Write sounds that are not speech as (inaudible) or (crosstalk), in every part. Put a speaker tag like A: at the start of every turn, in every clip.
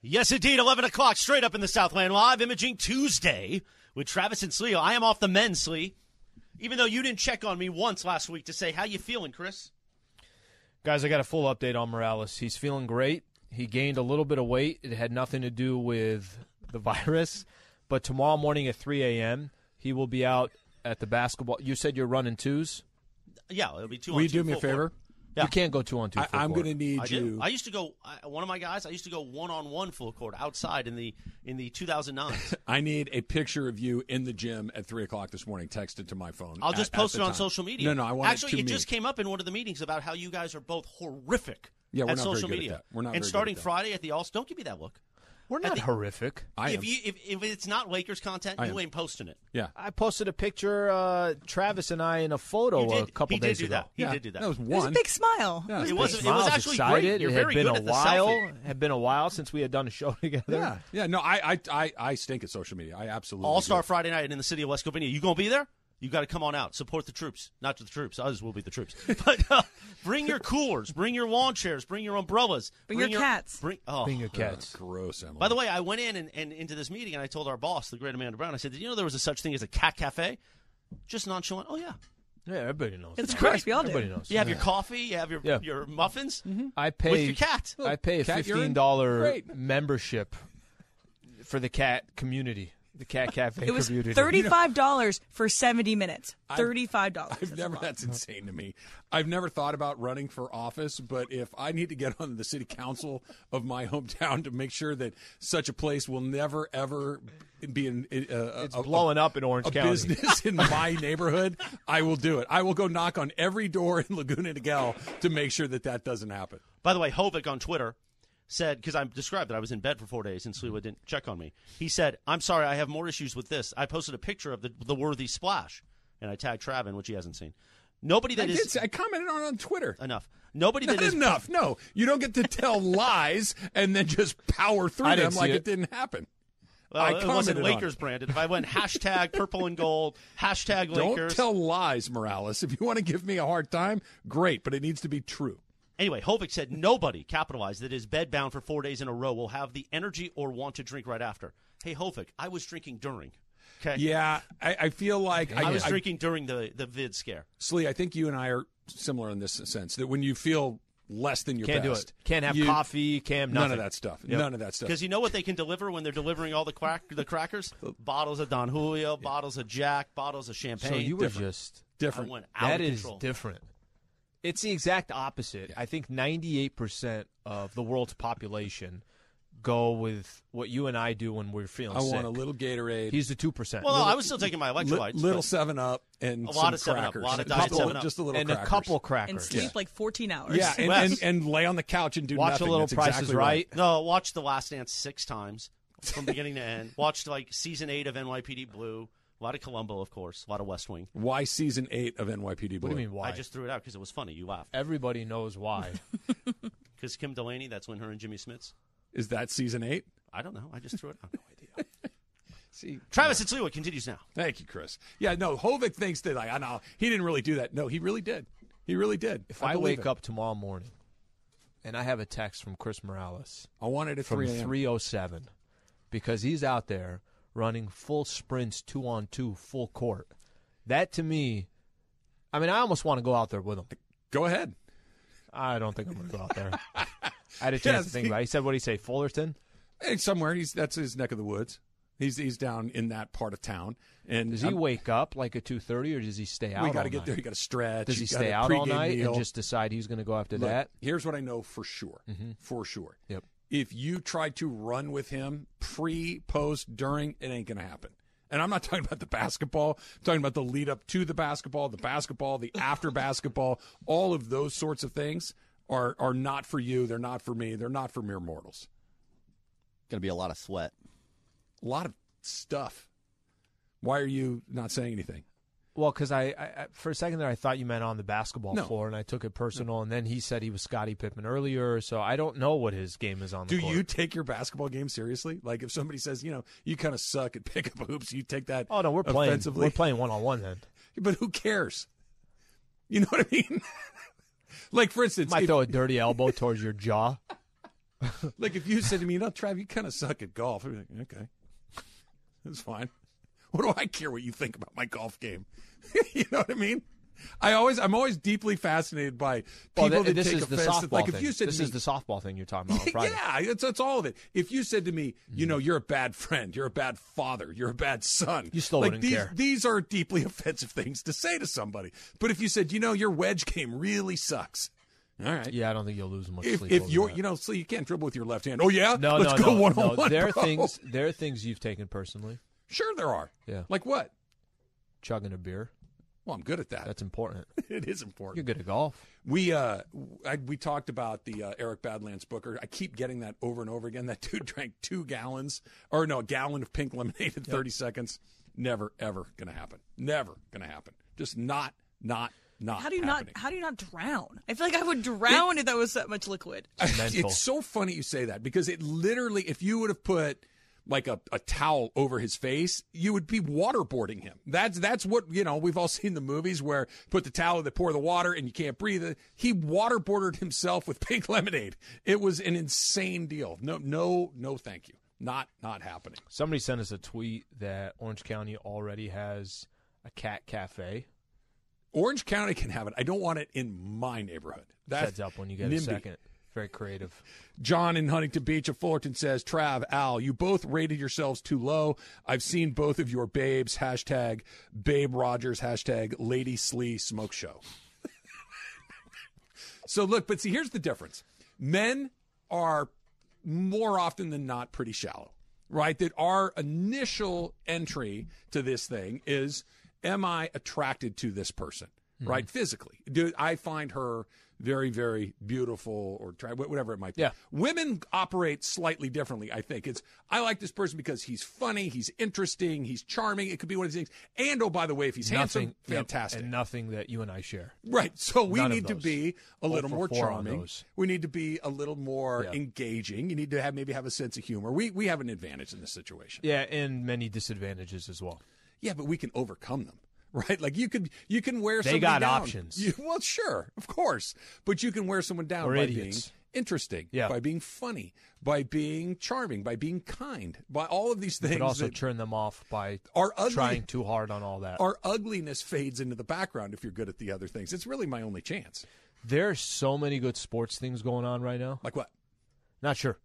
A: Yes, indeed. 11 o'clock, straight up in the Southland Live. Imaging Tuesday with Travis and Slee. I am off the men, Slee. Even though you didn't check on me once last week to say, how you feeling, Chris?
B: Guys, I got a full update on Morales. He's feeling great. He gained a little bit of weight. It had nothing to do with the (laughs) virus. But tomorrow morning at 3 a.m., he will be out at the basketball. You said you're running twos.
A: Yeah, it'll be two
C: Will
A: on
C: you
A: two,
C: do me a
A: full court.
C: favor?
A: Yeah.
B: You can't go two on two.
C: I,
B: full
C: I'm
B: court.
C: going to need
A: I
C: you.
A: do. I used to go, I, one of my guys, I used to go one-on-one full court outside in the in the
C: (laughs)
A: 2009s.
C: I need a picture of you in the gym at three o'clock this morning. Text it to my phone.
A: I'll
C: at-
A: just
C: at
A: post
C: the
A: it on
C: time.
A: social media.
C: No, no, I want
A: Actually,
C: it to
A: it
C: me.
A: just came up in one of the meetings about how you guys are both horrific
C: Yeah, we're
A: at
C: not very
A: social
C: good at
A: media.
C: that. We're
A: and
C: not very good at
A: starting
C: that.
A: Friday at the All, don't give me that look.
B: We're not horrific.
C: I
A: if
C: am.
A: you if, if it's not Lakers content,
C: I
A: you
C: am.
A: ain't posting it.
C: yeah.
B: I posted a picture, uh, Travis and I, in a photo
A: You did-
B: a couple
A: he did
B: days
A: do
B: ago.
A: that. He
C: yeah.
A: did do that.
C: That was
D: There's
C: one.
D: a big smile.
C: Yeah.
A: It was- it
B: Smiles
A: was actually
B: excited.
A: great. You're
B: it
A: very
B: had been
A: good
B: a
A: at the
B: while.
A: selfie.
B: Had been a while since we had done a show (laughs) together.
C: Yeah. Yeah. No, I, I, I, I stink at social media. I absolutely
A: All Star
C: do.
A: Friday night in the city of West Covina. You gonna be there? You got to come on out. Support the troops, not the troops. Others will be the
C: (laughs)
A: troops. But uh, bring your coolers, bring your lawn chairs, bring your umbrellas,
D: Bring your cats.
A: Bring, oh.
B: Being a cat.
C: That's gross, Emily.
A: By the way, I went in and, and into this meeting and I told our boss, the great Amanda Brown. I said, "Did you know there was a such thing as a cat cafe?" Just nonchalant. Oh yeah,
B: Yeah, everybody knows.
D: It's
B: that.
D: gross. We all do.
B: Everybody knows.
A: you have your coffee, you have your
B: Yeah.
A: your muffins.
B: I pay
A: With your cat.
B: I pay a
C: Mm-hmm. Cat urine?
B: fifteen dollar
C: Great.
B: membership for the cat community, the
C: (laughs)
B: cat cafe
D: It was
B: community.
D: thirty-five dollars for seventy minutes. Thirty-five dollars.
C: I've never. That's insane to me. I've never thought about running for office, but if I need to get on the city council of my hometown to make sure that such a place will never ever be in, uh,
B: It's
C: a,
B: blowing up in Orange
C: a
B: County.
C: business
A: (laughs)
C: in my neighborhood, I will do it. I will go knock on every door in Laguna Niguel to make sure that that doesn't happen.
A: By the way, Hovick on Twitter said because I described that I was in bed for four days and Sliwa didn't check on me. He said, "I'm sorry, I have more issues with this." I posted a picture of the the worthy splash, and I tagged Travin, which he hasn't seen. Nobody
C: I
A: that is
C: did. Say, I commented on it on Twitter.
A: enough. Nobody
C: Not
A: that is
C: enough. No, you don't get to tell (laughs) lies and then just power through
B: I
C: them
B: didn't see
C: like it.
B: it.
C: didn't (laughs) happen.
A: well,
C: I
A: it wasn't
C: commented on it.
A: Lakers branded. If I went hashtag purple and gold, hashtag
C: Don't
A: Lakers.
C: tell lies, Morales. If you want to give me a hard time, great, but it needs to be true.
A: Anyway, Hovick said nobody capitalized that is bedbound for four days in a row will have the energy or want to drink right after. Hey Hovick, I was drinking during. Okay,
C: Yeah, I, I feel like
A: I was drinking during the the vid scare.
C: Slee, I think you and I are similar in this sense that when you feel less than your
B: Can't do
C: best,
B: it. Can't have
C: you-
B: coffee. Can't have
C: None
B: nothing.
C: of that stuff.
B: Yep.
C: None of that stuff.
A: Because you know what they can deliver when they're delivering all the quack the
C: (laughs)
A: crackers? bottles of Don Julio, bottles of Jack, bottles of champagne.
B: So you were
C: different.
B: just
A: I
C: Different.
A: went out
B: that
A: of
B: is
A: control.
B: different. It's the exact opposite. I think ninety eight percent of the world's population go with what you and I do when we're feeling
C: I
B: sick.
C: want a little Gatorade.
B: He's the two percent.
A: well, no, I was still taking my
C: li-
A: electrolytes.
C: little
A: but-
C: Seven Up and
A: A lot
C: some
A: of 7-Up,
C: crackers.
A: a lot of
C: A
A: Diet
C: couple-
A: 7-Up.
C: Just a little
B: and a
C: crackers.
B: couple crackers.
D: and sleep
C: Yeah.
D: like fourteen hours.
C: Yeah, and,
A: Wes.
C: and, and lay on the couch and do
B: Watch
C: nothing.
B: a little
C: That's
B: Price
C: exactly
B: is Right.
A: No, watched The Last Dance six times from beginning to end. Watched like season eight of NYPD Blue. A lot of Columbo, of course. A lot of West Wing.
C: Why season eight of NYPD
B: What
C: Blue?
B: do you mean? Why?
A: I just threw it out because it was funny. You laughed
B: everybody knows
A: (laughs)
B: why.
A: because Kim Delaney. That's when her and Jimmy Smiths.
C: Is that season eight?
A: I don't know. I just threw it out.
B: (laughs)
C: See,
A: Travis and Sliwa continues now.
C: thank you, Chris. Yeah, no, Hovick thinks that like, I know he didn't really do that. No, he really did. He really did.
B: If I,
C: believe
B: wake
C: it.
B: up tomorrow morning and I have a text from Chris Morales
C: I wanted it at
B: from
C: three. 3
B: 307 because he's out there running full sprints, two on two, full court. That to me, I mean, I almost want to go out there with him.
C: Go ahead.
B: I don't think I'm going to go out
C: (laughs)
B: there. I had a chance to
C: Yes,
B: think
C: he-
B: about it. He said, what did he say? Fullerton?
C: Hey, somewhere he's that's his neck of the woods. He's he's down in that part of town. And
B: Does he
C: I'm-
B: wake up like at 2.30 or does he stay out
C: we got
B: all
C: to get
B: night?
C: there. You got to stretch.
B: Does
C: you
B: he
C: gotta
B: stay out all
C: pregame
B: night
C: meal.
B: and just decide he's going to go after
C: Look,
B: that? Mm-hmm.
C: Here's what I know for sure. For sure.
B: Yep.
C: If you try to run with him pre, post, during, it ain't going to happen. And I'm not (laughs) talking about the basketball. I'm talking about the lead up to the basketball, the basketball, the after basketball. All of those sorts of things are are not for you. They're not for me. They're not for mere mortals.
E: Going to be a lot of sweat.
C: A lot of stuff. Why are you not saying anything?
B: Well, because I, I I- for a second there I thought you meant on the basketball
C: No.
B: floor, and I took it personal. And then he said he was Scottie Pippen earlier, so I don't know what his game is on. the
C: Do
B: court.
C: you take your basketball game seriously? Like if somebody says, you know, you kind of suck at (laughs) pickup hoops, you take that.
B: Oh no, we're playing.
C: offensively.
B: We're playing one on one then.
C: But who cares? You know what I mean? (laughs) like for instance,
B: Might
C: if- (laughs)
B: throw a dirty elbow towards your jaw.
C: Like if you said to me, "No, Trav, you kind of suck at golf," I'd be like, "Okay, that's fine. (laughs) What do I care what you think about my golf game? (laughs) you know what I mean?" I always, I'm always deeply fascinated by people
B: Well, th-
C: that
B: this
C: take
B: is the
C: offense. to-
B: softball
C: like
B: thing.
C: if you said
B: this
C: to me,
B: is the softball thing you're
C: (laughs)
B: talking about on Friday. Mm.
C: yeah, that's, that's all of it. If you said to me, you know, you're a bad friend, you're a bad father, you're a bad son,
B: You still
C: like
B: wouldn't
C: these,
B: care.
C: These are deeply (laughs) offensive things to say to somebody. But if you said, you know, your wedge game really sucks, all right,
B: Yeah, I don't think you'll lose much
C: if,
B: sleep.
C: if
B: over
C: you're,
B: that.
C: you know, so you can't dribble with your left hand. Oh yeah,
B: no,
C: let's
B: no,
C: go
B: no,
C: one on
B: no.
C: one.
B: There are
C: bro.
B: things. There are things you've taken personally.
C: Sure, there are.
B: Yeah.
C: Like what?
B: Chugging a beer.
C: Well, I'm good at that.
B: That's important.
C: (laughs) it is
B: You're
C: important.
B: good at golf.
C: We uh, I, we talked about the uh, Eric Badlands Booker. I keep getting that over and over again. That dude (laughs) drank two gallons, or no, a gallon of pink lemonade in 30 seconds. Never ever gonna happen. Never gonna happen. Just not, not, not.
D: How do you
C: happening.
D: not? How do you not drown? I feel like I would drown if there was that much liquid.
B: mental.
C: (laughs) It's so funny you say that because it literally, if you would have put like a, a towel over his face, you would be waterboarding him. That's that's what you know. We've all (laughs) seen the movies where put the towel, they pour the water, and you can't breathe. He waterboarded himself with (laughs) pink lemonade. It was an insane deal. No, no, no, thank you. Not not happening.
B: Somebody sent us a tweet that Orange County already has a cat cafe.
C: Orange County can have it. I don't want it in my neighborhood.
B: Heads up when you get
C: NIMBY.
B: a second. Very creative.
C: John in Huntington Beach of Fullerton says, Trav, Al, you both rated yourselves too low. I've seen both of your babes. Hashtag Babe Rogers. Hashtag Lady Slee Smoke Show. so look, but see, here's the difference. Men are more often than not pretty shallow, right? That our initial entry to this thing is, am I attracted to this person?
B: Mm-hmm.
C: Right, physically, do I find her very, very beautiful, or try whatever it might be.
B: Yeah.
C: Women operate slightly differently. I think it's I like this person because he's funny, he's interesting, he's charming. It could be one of these things. And oh, by the way, if he's handsome,
B: yep,
C: fantastic.
B: and nothing that you and I share.
C: Right. So we
B: None of
C: need to
B: those.
C: be a
B: Oh,
C: little
B: for
C: more
B: four on
C: charming.
B: those.
C: We need to be a little more
B: Yeah.
C: engaging. You need to have maybe have a sense of humor. We we have an advantage in this situation.
B: Yeah, and many disadvantages as well.
C: Yeah, but we can overcome them. (laughs) Right? Like you could you can wear
B: They
C: somebody
B: got
C: down.
B: options.
C: You- (laughs) well, sure, of course. But you can wear someone down
B: We're
C: by
B: idiots.
C: being interesting,
B: Yeah.
C: by being funny, by being charming, by being kind, by all of these things
B: But also
C: that
B: turn them off by
C: are ugly
B: trying too hard on all that.
C: our ugliness fades into the background if you're good at the other things. It's really my only chance.
B: there are so many good sports things going on right now.
C: Like what?
B: Not sure.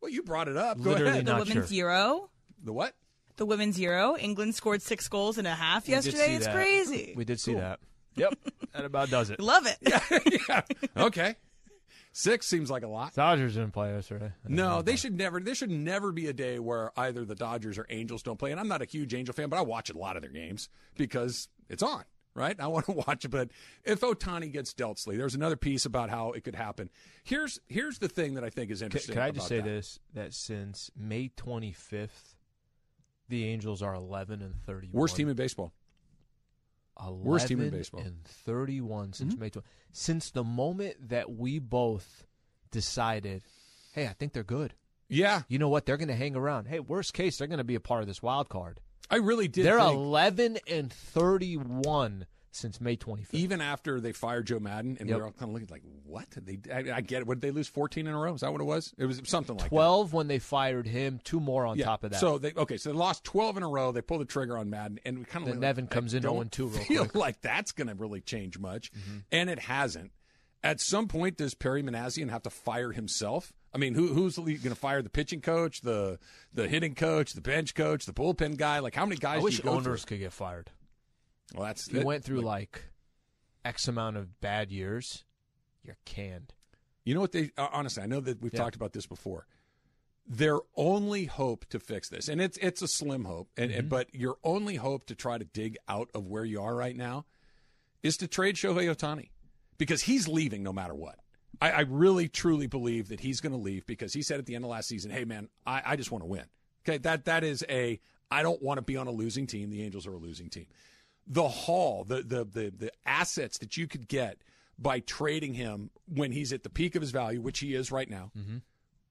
C: Well, you brought it up. Go
B: Literally
C: ahead.
D: The
B: Not
D: women's
B: sure.
D: Euro.
C: The what?
D: The women's Euro. England scored six goals and a half yesterday. It's crazy.
C: (laughs)
B: We did see that. Yep, that about does it.
D: Love it.
C: yeah. Okay. Six seems like a lot.
B: Dodgers didn't play yesterday.
C: No, they should never. There should never be a day where either the Dodgers or Angels don't play. And I'm not a huge Angel fan, but I watch a lot of their games because it's on, right? I want to (laughs) watch it. But if Otani gets dealt, Slee, there's another piece about how it could happen. Here's here's the thing that I think is
B: Can,
C: interesting.
B: can I just
C: about
B: say
C: that.
B: this? That since May 25th, the Angels are 11 and 31.
C: Worst team in baseball.
B: 11
C: worst team in baseball. Mm-hmm.
B: And 31 since May 20. Since the moment that we both decided, hey, I think they're good.
C: Yeah,
B: You know what? They're going to hang around. Hey, worst case, they're going to be a part of this wild card.
C: I really did.
B: they're
C: think-
B: 11 and 31 since May 25th.
C: even after they fired Joe Madden, and
B: Yep.
C: we were all kind of looking like, "What? They? I, I get it. What did they lose? Fourteen in a row? Is that what it was? It was something like that.
B: 12 when they fired him, two more on
C: Yeah.
B: top of that.
C: So they okay, so they lost twelve in a row. They pulled the trigger on Madden, and we kind of
B: Then Nevin comes in 0-2 real
C: Feel
B: quick. Mm-hmm.
C: like that's going to really change much, and it hasn't. At some point, does Perry Manassian have to fire himself? I mean, who, who's going to fire the pitching coach, the the hitting coach, the bench coach, the bullpen guy? Like, how many (laughs) guys?
B: I
C: do
B: wish
C: you go
B: owners
C: through?
B: could get fired.
C: Well, that's
B: If you
C: it.
B: went through like X amount of bad years, you're canned.
C: You know what they uh, honestly? I know that we've
B: Yeah.
C: talked about this before. Their only hope to fix this, and it's it's a slim hope, and,
B: Mm-hmm.
C: and but your only hope to try to dig out of where you are right now is to trade Shohei Otani because he's leaving no matter what. I, I really truly believe that he's going to leave because he said at the end of last season, "Hey man, I, I just want to win." Okay, that that is a I don't want to be on a losing team. The Angels are a losing team. The haul, the the the the assets that you could get by trading him when he's at the peak of his value, which he is right now.
B: Mm-hmm.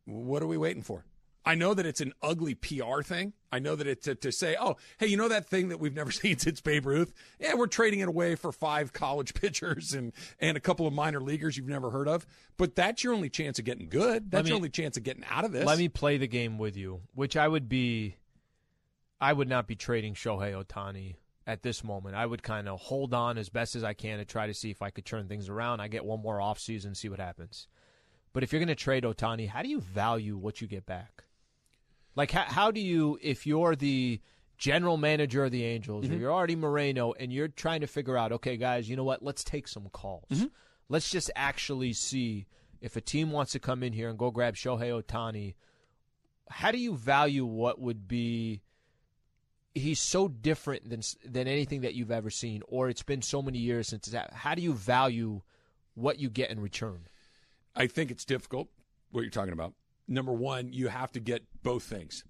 C: What are we waiting for? I know that it's an ugly PR thing. I know that it's to, to say, oh, hey, you know that thing that we've never (laughs) seen since Babe Ruth? Yeah, we're trading it away for five college (laughs) pitchers and, and a couple of minor leaguers you've never heard of. But that's your only chance of getting good. That's
B: me-
C: your only chance of getting out of this.
B: Let me play the game with you, which I would be. I would not be trading Shohei Otani at this moment. I would kind of hold on as best as I can to try to see if I could turn things around. I get one more offseason, see what happens. But if you're going to trade Otani, how do you value what you get back? Like, how, how do you, if you're the general manager of the Angels
C: Mm-hmm.
B: or you're already Moreno and you're trying to figure out, okay, guys, you know what? Let's take some calls.
C: Mm-hmm.
B: Let's just actually see if a team wants to come in here and go grab Shohei Otani. How do you value what would be. He's so different than s- than anything that you've ever seen, or it's been so many years since that. How do you value what you get in return?
C: I think it's difficult what you're talking about. Number one, you have to get both things.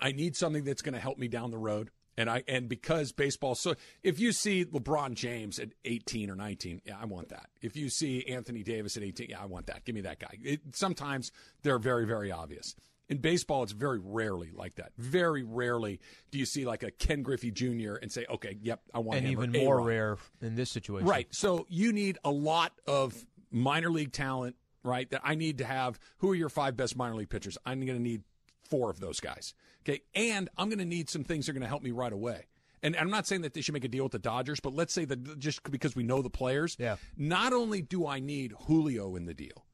C: I need something that's going to help me down the road. And I and because baseball, so if you see LeBron James at 18 or 19, yeah, I want that. If you see Anthony Davis at 18, yeah, I want that. Give me that guy. It, sometimes they're very, very obvious. In baseball, it's very rarely like that. Very rarely do you see like a Ken Griffey Jr. and say, okay, yep, I want
B: and
C: him. or
B: even more
C: A-Rod.
B: rare in this situation.
C: Right. So you need a lot of minor league talent, right? That I need to have. Who are your five best minor league pitchers? I'm going to need four of those guys. Okay. And I'm going to need some things that are going to help me right away. And I'm not saying that they should make a deal with the Dodgers, but let's say that just because we know the players,
B: Yeah.
C: not only do I need Julio in the deal,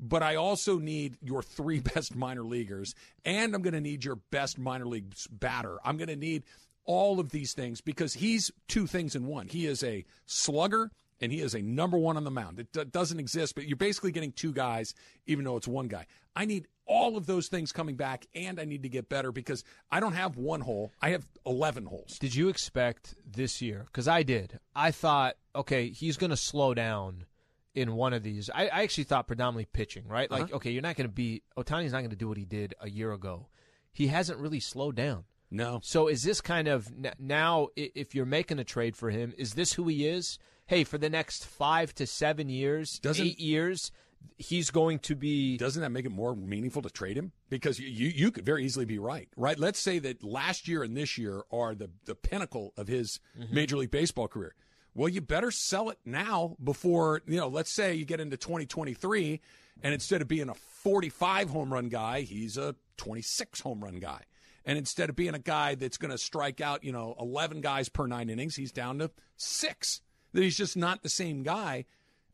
C: but I also need your three (laughs) best minor leaguers, and I'm going to need your best minor league batter. I'm going to need all of these things because he's two things in one. He is a slugger and he is a number one on the mound. It d- doesn't exist, but you're basically getting two guys, even though it's one guy. I need all of those things coming back, and I need to get better because I don't have one hole. I have 11 holes.
B: Did you expect this year? Because I did. I thought, okay, he's going to slow down in one of these. I, I actually thought predominantly pitching, right? Like,
C: Uh-huh.
B: okay, you're not going to be Otani's not going to do what he did a year ago. He hasn't really slowed down.
C: No.
B: So is this kind of n- now? i- If you're making a trade for him, is this who he is? Hey, for the next five to seven years,
C: Doesn't-
B: eight years, he's going to be.
C: doesn't that make it more meaningful to trade him? Because you, you, you could very easily be right, right? Let's say that last year and this year are the, the pinnacle of his
B: Mm-hmm.
C: Major League Baseball career. Well, you better sell it now before, you know, let's say you get into 2023 and instead of being a 45 home run guy, he's a 26 home run guy. And instead of being a guy that's going to strike out, you know, 11 guys per nine innings, he's down to six. That he's just not the same guy.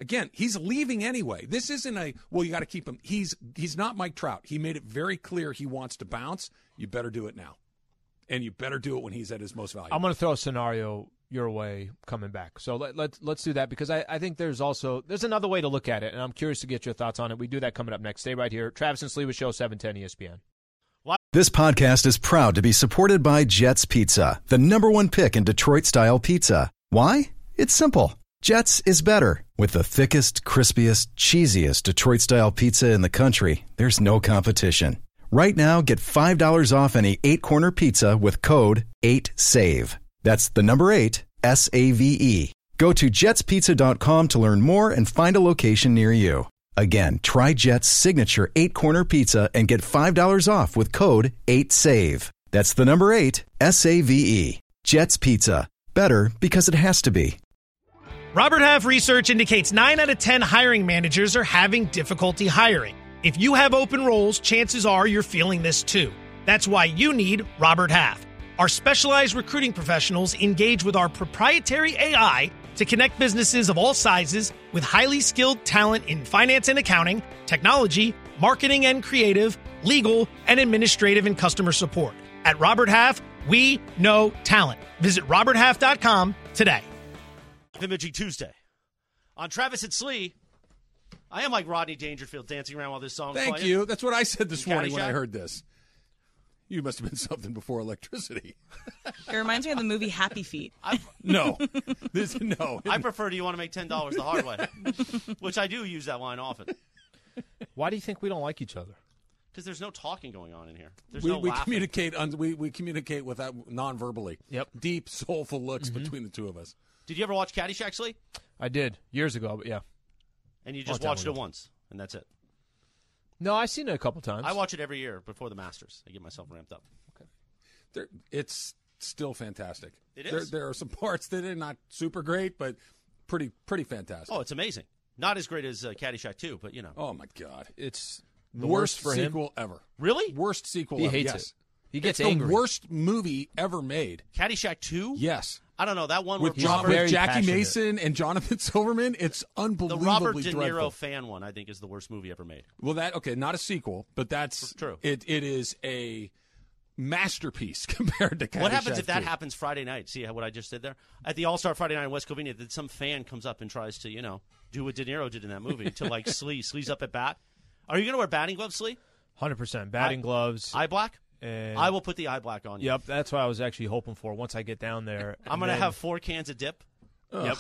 C: Again, he's leaving anyway. This isn't a well. You got to keep him. He's he's not Mike Trout. He made it very clear he wants to bounce. You better do it now, and you better do it when he's at his most valuable.
B: I'm going to throw a scenario your way coming back. So let, let, let's do that because I, I think there's also there's another way to look at it, and I'm curious to get your thoughts on it. We do that coming up next. Stay right here. Travis and Slee Show E 710 ESPN.
E: This podcast is proud to be supported by Jets Pizza, the number one pick in Detroit style pizza. Why? It's simple. Jets is better. With the thickest, crispiest, cheesiest Detroit style pizza in the country, there's no competition. Right now, get $5 off any eight corner pizza with code 8SAVE. That's the number eight, S A V E. Go to jetspizza.com to learn more and find a location near you. Again, try Jet's signature eight corner pizza and get $5 off with code 8SAVE. That's the number eight, S A V E. Jet's Pizza. Better because it has to be.
F: Robert Half research indicates 9 out of 10 hiring managers are having difficulty hiring. If you have open roles, chances are you're feeling this too. That's why you need Robert Half. Our specialized recruiting professionals engage with our proprietary AI to connect businesses of all sizes with highly skilled talent in finance and accounting, technology, marketing and creative, legal, and administrative and customer support. At Robert Half, we know talent. Visit roberthalf.com today.
A: Imaging Tuesday on Travis and Slee. I am like Rodney Dangerfield dancing around while this song.
C: Thank you. That's what I said this
A: Oh, You
C: morning when
A: Caddyshack?
C: I heard this. You must have been (laughs) something before electricity.
D: (laughs) It reminds me of the movie Happy Feet.
C: No,
A: (laughs)
C: this no.
A: I prefer. Do you want to make ten dollars the
B: (laughs)
A: hard way? Which I do use that line often
B: Why do you think we don't like each other?
A: because there's no talking going on in here. There's
C: we,
A: no
C: we
A: laughing.
C: communicate. Un, we we communicate without non-verbally.
B: Yep.
C: Deep, soulful looks between the two of us.
A: Mm-hmm. Did you ever watch Caddyshack, Slee?
B: I did years ago, but yeah.
A: And you just
B: Long time
A: watched it
B: ago.
A: once, and that's it.
B: No, I've seen it a couple times.
A: I watch it every year before the Masters. I get myself ramped up.
C: They're, it's still fantastic.
A: It
C: There,
A: is.
C: there are some (laughs) parts that are not super great, but pretty pretty fantastic.
A: Oh, it's amazing. Not as great as uh, Caddyshack 2, but you know.
C: Oh, my god!
B: It's the
C: worst,
B: worst, for him.
C: sequel ever.
A: Really?
C: Worst sequel.
B: He
C: ever.
B: hates
C: yes.
B: it. He gets
C: it's
B: angry.
C: The worst movie ever made.
A: Caddyshack 2?
C: Yes.
A: I don't know. That one
C: With,
A: where
C: John,
A: Robert,
B: very
C: with Jackie
B: passionate.
C: Mason and Jonathan (laughs) Silverman, it's
A: the
C: unbelievably
A: Robert De Niro
C: dreadful.
A: fan one, I think, is the worst movie ever made.
C: Well, that okay, not a sequel, but that's
A: True.
C: It it is a masterpiece (laughs) compared to Caddyshack
A: What happens if that
C: 2.
A: happens Friday night? See how what I just did there? At the All Star Friday night in West Covina, that some fan comes up and tries to, you know, do what De Niro did in that movie to
C: (laughs)
A: like Slee. Slee's up at bat. Are you going to wear batting gloves, Slee?
B: Hundred percent batting gloves.
A: Eye black?
B: and
A: I will put the eye black on you.
B: Yep, that's what I was actually hoping for. Once I get down there,
A: (laughs) I'm
B: And
A: going to
B: then-
A: have four cans of dip.
B: Yep,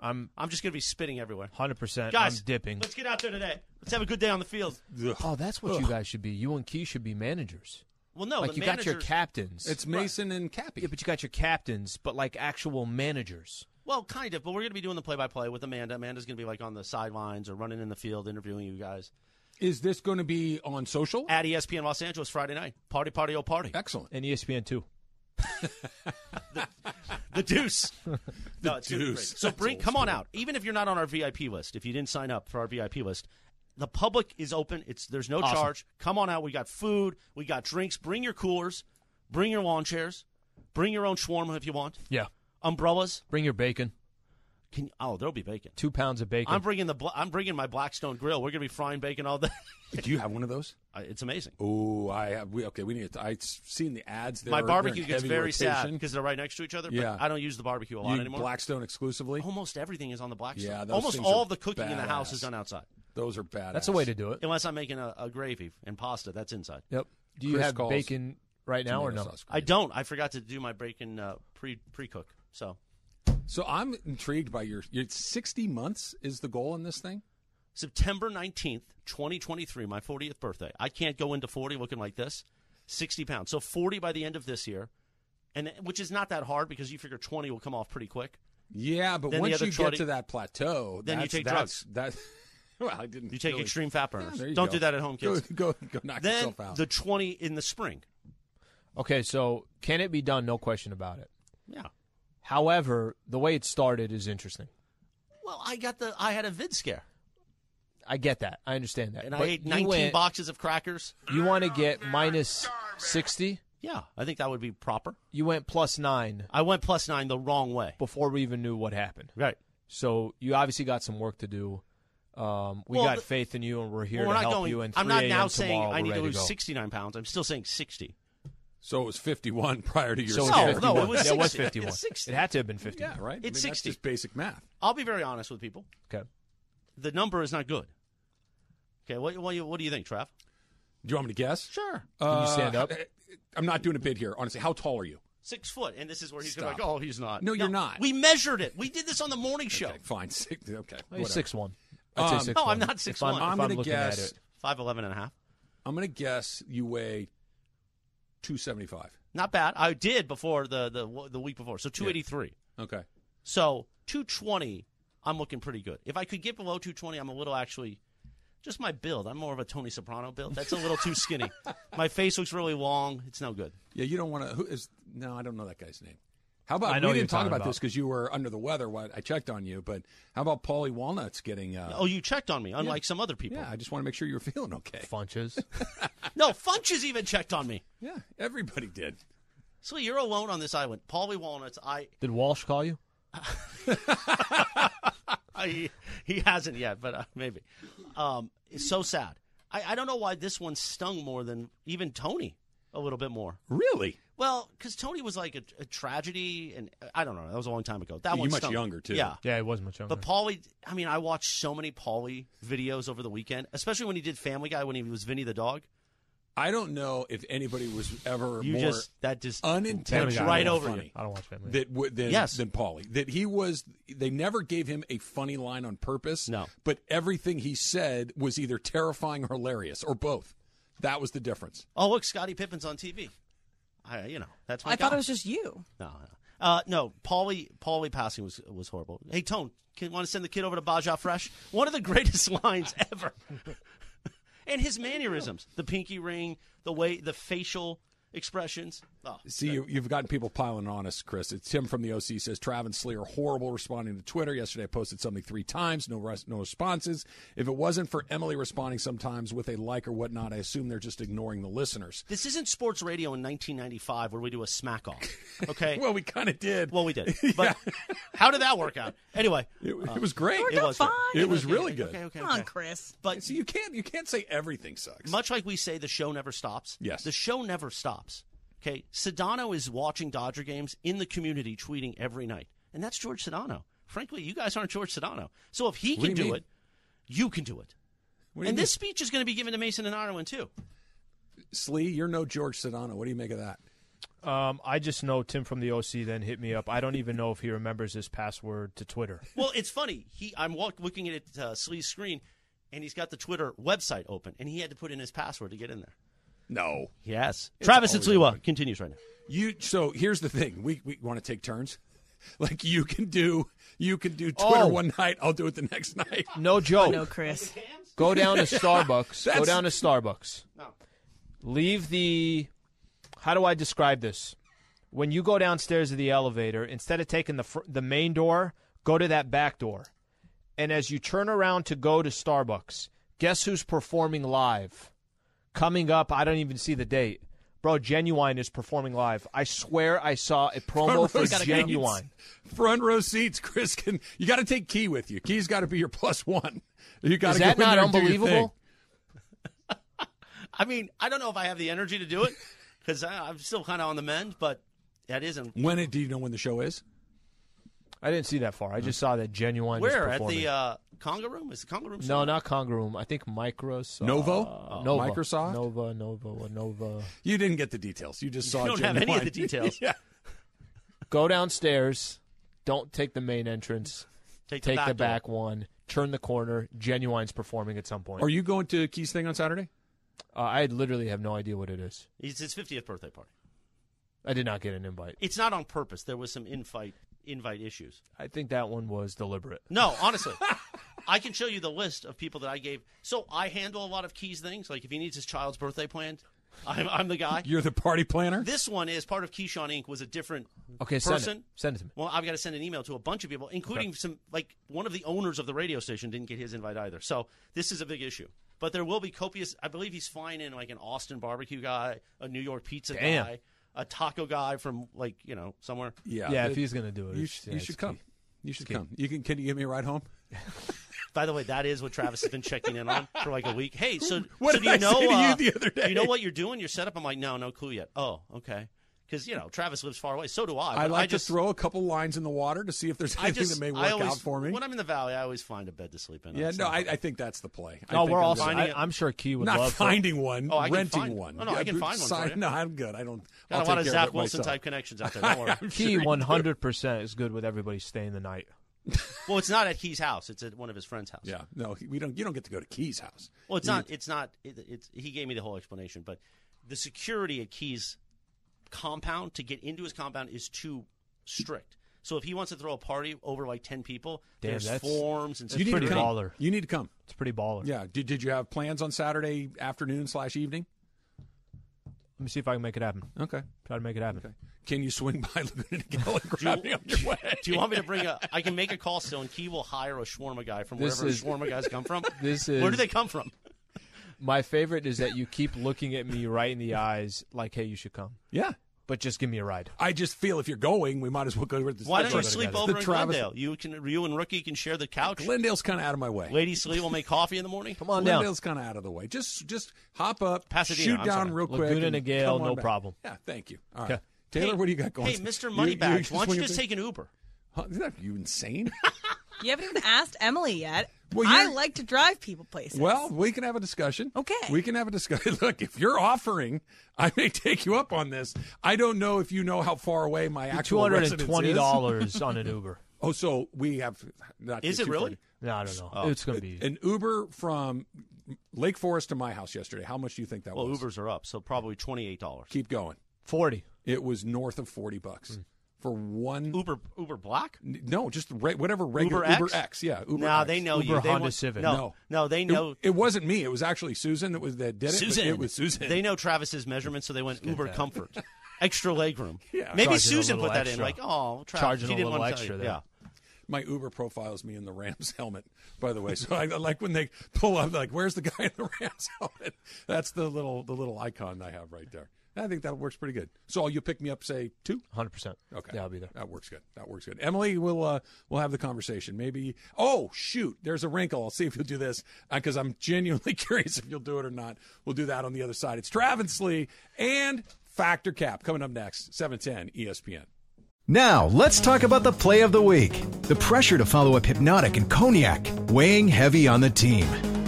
B: I'm
A: I'm just going to be spitting everywhere.
B: hundred percent. I'm
A: Guys,
B: dipping.
A: let's get out there today. Let's have a good day on the field.
B: Oh, that's what you guys should be. You and Key should be managers.
A: Well, no,
B: like
A: the
B: you got your
A: managers-
B: captains.
C: It's Mason and Cappy.
B: yeah, but you got your captains, but like actual managers.
A: Well, kind of, but we're going to be doing the play-by-play with Amanda. Amanda's going to be like on the sidelines or running in the field, interviewing you guys
C: Is this going to be on social?
A: at E ESPN Los Angeles Friday night. Party, party, oh party!
C: Excellent.
B: And ESPN too.
A: (laughs) The Deuce, no, it's gonna be great.
C: Deuce.
A: So bring, come on out. Even if you're not on our VIP list, if you didn't sign up for our VIP list, the public is open. It's there's no
B: Awesome.
A: charge. Come on out. We got food, we got drinks. Bring your coolers, bring your lawn chairs, bring your own shawarma if you want.
B: Yeah.
A: Umbrellas.
B: Bring your bacon.
A: Can oh, there'll be bacon.
B: Two pounds of bacon.
A: I'm bringing the bla- I'm bringing my Blackstone grill. We're going to be frying bacon all day. (laughs)
C: Do you have one of those?
A: Uh, it's amazing.
C: Oh, I have. We, okay, we need. To, I've seen the ads. There.
A: My
C: They're
A: barbecue
C: in
A: gets
C: heavy
A: very sad
C: rotation.
A: because they're right next to each other.
C: Yeah.
A: But I don't use the barbecue a lot
C: you
A: anymore.
C: Blackstone exclusively.
A: Almost everything is on the Blackstone.
C: Yeah, those
A: Almost
C: things
A: all
C: are
A: the cooking in the house is
C: badass.
A: done outside,
C: Those are badass.
B: that's the way to do it.
A: unless I'm making a, a gravy and pasta. That's inside.
B: Yep. Do you
C: Chris
B: have
C: calls
B: bacon right now or no?
C: Tomato sauce.
A: I don't. I forgot to do my bacon uh, pre pre cook. So
C: So I'm intrigued by your. Your 60 months is the goal in this thing.
A: September nineteenth, twenty twenty three, my fortieth birthday. I can't go into forty looking like this. Sixty pounds. So forty by the end of this year, and th- which is not that hard because you figure twenty will come off pretty quick.
C: Yeah, but
A: Then the
C: once
A: other
C: you
A: shorty-
C: get to that plateau,
A: Then you
C: oh, that's-
A: take
C: that's, drugs. That (laughs) well, I didn't.
A: You take
C: really-
A: extreme fat
C: Yeah,
A: burners.
C: there you
A: don't
C: go.
A: do that at home, kids.
C: Go, go, go knock
A: then
C: yourself out.
A: the 20 in the spring.
B: Okay, so can it be done? No question about it.
A: Yeah.
B: However, the way it started is interesting.
A: Well, I got the I had a vid scare
B: I get that. I understand that.
A: and I
B: But
A: ate
B: you
A: 19
B: went-
A: boxes of crackers.
B: You want to get minus 60?
A: Yeah, I think that would be proper.
B: You went plus 9
A: I went plus 9 the wrong way.
B: before we even knew what happened.
A: Right.
B: So you obviously got some work to do. Um, we
A: Well,
B: got
A: the-
B: faith in you, and we're here
A: Well, we're
B: to
A: not
B: help
A: going
B: you. And
A: I'm not
B: 3
A: now
B: a.m.
A: saying
B: tomorrow,
A: I
B: we're
A: need
B: ready
A: to lose
B: go.
A: 69 pounds. I'm still saying 60.
C: so it was 51 prior to your.
B: So
A: No,
C: scare.
B: it's 51.
A: no, it was
B: Yeah, it was
A: 60.
B: 51.
A: It's 60.
B: It had to have been 50.
C: Yeah, right.
A: It's 60.
C: That's just basic math.
A: I'll be very honest with people.
B: Okay.
A: The number is not good. Okay, what what, do you- what do you think, Trav?
C: Do you want me to guess? Uh,
A: Sure.
B: Can you stand up?
C: (laughs) I'm not doing a bid here. Honestly, how tall are you?
A: 6 foot and this is where he's gonna be like,
C: Stop.
A: "Oh, he's not."
C: No, you're not.
A: We measured it. We did this on the morning show.
C: Okay, (laughs) fine. Six, okay.
B: He's
C: whatever.
B: six one. I'd say
C: Um,
B: six
A: no, I'm
B: one.
A: not
B: If
A: 6'1".
B: I'm,
C: I'm
B: if
C: gonna
B: looking
C: guess-
B: at it,
A: 5'11 and a half.
C: I'm going to guess you weigh 275.
A: "Oh." Not bad. I did before the the the week before. So 283.
C: Okay.
A: So 220, I'm looking pretty good. If I could get below 220, I'm a little actually just my build. I'm more of a Tony Soprano build. That's a little too skinny.
C: (laughs)
A: my face looks really long. It's no good.
C: Yeah, you don't want to. Who is? No, I don't know that guy's name. How about
B: I know
C: we
B: who you're
C: didn't talk
B: talking
C: about,
B: about.
C: this because you were under the weather? What I checked on you, but how about Paulie Walnuts getting? Uh,
A: Oh, you checked on me, unlike some other people.
C: yeah, I just want to make sure you're (laughs) feeling okay.
B: Funches.
A: No, Funches even checked on me.
C: Yeah, everybody did.
A: So you're alone on this island. Paulie Walnuts,
C: (laughs)
A: I,
B: Did Walsh call you?
A: I he hasn't yet, but uh, maybe. Um, it's so sad. I, I don't know why this one stung more than even Tony a little bit more.
C: Really?
A: Well, because Tony was like a, a tragedy, and uh, I don't know. That was a long time ago. That
C: You're
A: one
C: much
A: stung.
C: younger, too.
A: Yeah,
B: Yeah, it was much younger.
A: But Paulie, I mean, I watched so many Paulie videos over the weekend, especially when he did Family Guy when he was Vinny the dog.
C: I don't know if anybody was ever
A: You
C: more
A: just that just
C: unintentionally
A: jumped right over
C: funny
A: you.
B: I don't watch Family.
C: that w- than,
A: Yes.
C: than Paulie. That he was. They never gave him a funny line on purpose.
A: No.
C: but everything he said was either terrifying or hilarious or both. That was the difference.
A: Oh, look, Scottie Pippen's on TV. I, you know, that's my
D: I thought
A: guy.
D: it was just you.
A: No, no. Uh, no, Paulie, Paulie passing was was horrible. Hey, Tone, can want to send the kid over to Baja Fresh? One of the (laughs) greatest lines ever. (laughs) and his mannerisms, the pinky ring, the way, the facial expressions. Oh,
C: See, you, you've gotten people piling on us, Chris. It's Tim from the OC says Travis Sleer horrible responding to Twitter yesterday. I posted something three times, no res- no responses. If it wasn't for Emily responding sometimes with a like or whatnot, I assume they're just ignoring the listeners.
A: this isn't sports radio in 1995 where we do a smack
C: (laughs)
A: off. Okay.
C: Well, we kind of did.
A: Well, we
C: (laughs)
A: did, but how did that work out? Anyway, uh,
C: it, it was great.
A: it was good.
D: fine.
C: It was really good.
A: Okay, okay,
D: Come on,
A: okay.
D: Chris.
A: But
C: So you can't you can't say everything sucks.
A: Much like we say the show never stops.
C: Yes.
A: The show never stops. Okay. Sedano is watching Dodger games in the community, tweeting every night. And that's George Sedano. Frankly, you guys aren't George Sedano. So if he
C: What do
A: can
C: you
A: do,
C: mean?
A: it, you can do it.
C: What do you
A: and
C: mean?
A: this speech is going to be given to Mason and Ireland, too.
C: Slee, you're no George Sedano. What do you make of that?
B: Um, I just know Tim from the OC then hit me up. I don't even know if he remembers his password to Twitter.
A: Well, it's funny. He, I'm walk, looking at it, uh, Slee's screen, and he's got the Twitter website open, and he had to put in his password to get in there.
C: No.
A: Yes. Travis at
C: always
A: Sliwa continues right now.
C: You so here's the thing. We we want to take turns. (laughs) Like you can do you can do Twitter
B: Oh.
C: one night, I'll do it the next night. (laughs)
B: No joke.
D: No, Chris.
B: Go down
A: (laughs)
B: to Starbucks. Go
C: That's-
B: down to Starbucks.
A: No.
B: Leave the. How do I describe this? When you go downstairs to the elevator, instead of taking the fr- the main door, go to that back door, and as you turn around to go to Starbucks, guess who's performing live? Coming up, I don't even see the date. Bro, Genuine is performing live. I swear I saw
A: (laughs)
B: a promo
C: Front row
B: for
C: seats.
B: Genuine.
C: Front row seats, Chris can you gotta take Key with you. Key's gotta be your plus one. (laughs) You gotta
B: Is
C: go
B: that
C: in
B: not
C: there and do your thing.
B: unbelievable?
A: I mean, I don't know if I have the energy to do it because I'm still kind of on the mend, but that isn't.
C: When it, do you know when the show is? Uh-huh.
B: I didn't see that far. I just saw that Genuine is
A: Where at
B: performing.
A: the uh, Conga Room? Is the Conga Room?
B: No, not Congroom. I think Microsoft.
C: Novo?
A: Oh,
B: Nova.
C: Microsoft?
B: Nova, Nova, Nova.
C: You didn't get the details. You just saw
A: You don't have any of the details.
C: (laughs) yeah.
B: Go downstairs. Don't take the main entrance.
A: take
B: Take the
A: door.
B: back one. Turn the corner. Genuine's performing at some point.
C: Are you going to Key's thing on Saturday?
B: uh, I literally have no idea what it is.
A: It's his 50th birthday party.
B: I did not get an invite.
A: It's not on purpose. There was some invite invite issues.
B: I think that one was deliberate.
C: (laughs)
A: No, honestly, I can show you the list of people that I gave. So I handle a lot of Keys things. Like if he needs his child's birthday planned, I'm, I'm the guy.
C: You're the party planner?
A: This one is part of Keyshawn Inc. was a different
B: Okay, send it.
A: person.
B: Send it to me.
A: Well, I've got to send an email to a bunch of people, including some like one of the owners of the radio station didn't get his invite either. So this is a big issue. But there will be copious. I believe he's flying in like an Austin barbecue guy, a New York pizza
B: Damn.
A: guy, a taco guy from like you know somewhere.
C: Yeah.
B: Yeah, if
C: it-
B: he's gonna do it,
C: you,
B: it's-
C: sh-
B: yeah,
C: you
B: it's
C: should
B: Key.
C: come. You should come. You can. Can you give me a ride home?
A: By the way, that is what Travis has been checking in on for like a week. Hey, so
C: What
A: so
C: did
A: do you
C: I
A: know
C: say to you
A: uh,
C: the other
A: Do you know
C: day?
A: what you're doing? You're set up. I'm like, no, no clue yet. Oh, okay. Because you know Travis lives far away. So do I.
C: I
A: but
C: like
A: just,
C: to throw a couple lines in the water to see if there's
A: I
C: anything
A: just
C: that may
A: I
C: work
A: always-
C: out for me.
A: When I'm in the valley, I always find a bed to sleep in.
C: yeah,
A: It's
C: no,
A: not
C: I,
A: hard.
C: I think that's the play. I
B: No,
C: think
B: we're
C: I'm
B: all.
C: gonna-
A: finding
B: I,
A: it.
B: I'm sure Key would
C: not
B: love for-
C: finding one.
A: Oh, I can
C: renting
A: find-
C: one.
A: oh, no, I can find one for
C: sign-
A: you.
C: No, I'm good. I don't.
A: Got a
C: I'll
A: lot
C: take
A: of
C: care
A: Zach
C: it
A: Wilson
C: myself.
A: type connections
B: (laughs)
A: out there. Don't worry.
B: Key 100 percent is good with everybody staying the night.
A: well, it's not at Key's house. It's at one of his friend's house.
C: Yeah, no, he- we don't. You don't get to go to Key's house.
A: Well, it's not. It's not. It, it's he gave me the whole explanation, but the security at Key's compound to get into his compound is too strict. So if he wants to throw a party over like ten people,
B: Damn,
A: there's
B: that's-
A: forms and
B: that's
C: you need
B: pretty
C: to come.
B: baller.
C: You need to come.
B: It's pretty baller.
C: Yeah. Did Did you have plans on Saturday afternoon slash evening?
B: Let me see if I can make it happen.
C: Okay.
B: Try to make it happen.
C: Can you swing by (laughs) Laguna Niguel and grab me on your way?
A: (laughs) Do you want me to bring a? I can make a call still, and Key will hire a shawarma guy from
B: This
A: wherever
B: is-
A: shawarma guys come
C: (laughs)
A: from.
B: this
A: Where do
B: is-
A: they come from?
B: My favorite is that you keep looking at me right in the eyes, like, "Hey, you should come,"
C: Yeah.
B: but just give me a ride.
C: I just feel if you're going, we might as well go with this.
A: Why don't you
B: Travis-
A: sleep
B: the
A: over in
C: Travis-
A: Glendale? You can. You and Rookie can share the couch.
C: Glendale's kind of out of my way.
A: Lady Slee will make coffee in the morning.
B: Come on down.
C: Glendale's kind of out of the way. Just just hop up,
A: Pasadena,
C: shoot
A: I'm
C: down
A: sorry.
C: real quick.
B: Laguna
C: and
B: Niguel,
C: come on
B: no
C: back.
B: problem.
C: Yeah, thank you. All right.
B: Okay.
C: Taylor,
A: Hey-
C: what do you got going?
A: Hey, Mr.
C: (laughs)
A: Moneybags, why don't you just take an Uber?
B: (laughs)
C: Huh, is that you insane?
D: You haven't even asked Emily yet.
C: Well,
D: I
C: you're-
D: like to drive people places.
C: Well, we can have a discussion.
D: Okay.
C: We can have a discussion. (laughs) Look, if you're offering, (laughs) I may take you up on this. I don't know if you know how far away my
B: Two
C: actual
B: hundred
C: residence
B: and twenty
C: is. (laughs)
B: dollars on an Uber.
C: Oh, so we have. Not
A: Is
C: to
A: it
C: too
A: really?
B: No, I don't know. It's gonna be
C: funny. Oh. An Uber from Lake Forest to my house yesterday. How much do you think that
A: Well,
C: was?
A: Ubers are up, so probably twenty eight dollars. Hmm.
C: Keep going.
B: forty.
C: It was north of forty bucks for one.
A: Uber Uber Black.
C: No, just re- whatever regular
A: Uber X?
C: Yeah. Uber
A: nah,
C: X.
A: they know you.
B: Uber
A: They
B: Honda
A: want-
B: Civic.
A: No,
C: No.
A: no, they
C: It-
A: know
C: It, wasn't me. It was actually Susan that was that did it. but
A: Susan.
C: It was Susan.
A: They know Travis's measurements, so they went Uber Comfort, extra legroom.
C: (laughs) Yeah.
A: Maybe
B: Charging a
A: Susan
B: little
A: put that in.
B: extra.
A: Like, oh, Travis,
B: Charging
A: he
B: a
A: didn't
B: little
A: want to
B: extra
A: tell you.
B: there.
A: Yeah.
C: My Uber profiles me in the Rams (laughs) helmet, by the way. So I like when they pull up, like, "Where's the guy in the (laughs) Rams helmet?" That's the little the little icon I have right there. And I think that works pretty good. So you pick me up, say two.
B: Hundred percent.
C: Okay,
B: Yeah, I'll be there.
C: That works good. That works good. Emily, we'll uh, we'll have the conversation. Maybe. Oh shoot, there's a wrinkle. I'll see if you'll do this because I'm genuinely (laughs) curious if you'll do it or not. We'll do that on the other side. It's Travis Lee and Factor Cap coming up next, seven ten E ESPN.
E: Now, let's talk about the play of the week. The pressure to follow up Hypnotic and Cognac, weighing heavy on the team.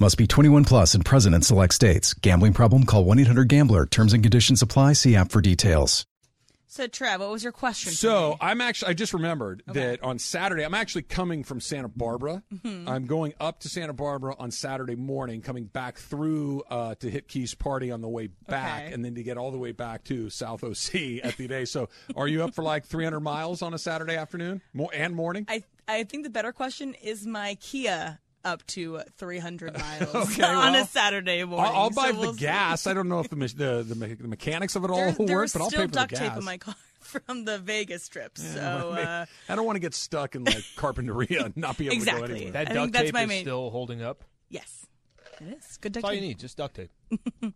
E: Must be 21 plus and present in select states. Gambling problem? Call 1 800 Gambler. Terms and conditions apply. See app for details.
D: so Trev, what was your question?
C: So I'm actually, I just remembered that on Saturday, I'm actually coming from Santa Barbara.
D: Mm-hmm.
C: I'm going up to Santa Barbara on Saturday morning, coming back through uh, to hit Keys Party on the way back,
D: Okay.
C: and then to get all the way back to South OC (laughs) at the day. So are you up for like 300 miles on a Saturday afternoon Mo- and morning?
D: I I think the better question is my Kia up to
C: (laughs)
D: 300 miles
C: Okay,
D: on
C: well,
D: a Saturday morning.
C: I'll, I'll buy
D: So
C: the
D: we'll see.
C: gas. I don't know if the, me- the, the, me- the mechanics of it all
D: There,
C: will
D: there
C: (laughs) work,
D: was
C: but I'll
D: still
C: pay for
D: duct
C: the gas.
D: tape in my car (laughs) from the Vegas trip. so
C: (laughs) I mean,
D: uh,
C: I don't want to get stuck in like Carpinteria and not be able to go
D: Exactly.
C: anywhere.
B: That
D: I think
B: duct
D: that's
B: tape
D: my
B: is
D: main-
B: still holding up.
D: yes, it is good duct
B: That's all you
D: tape.
B: need, just duct tape.
D: All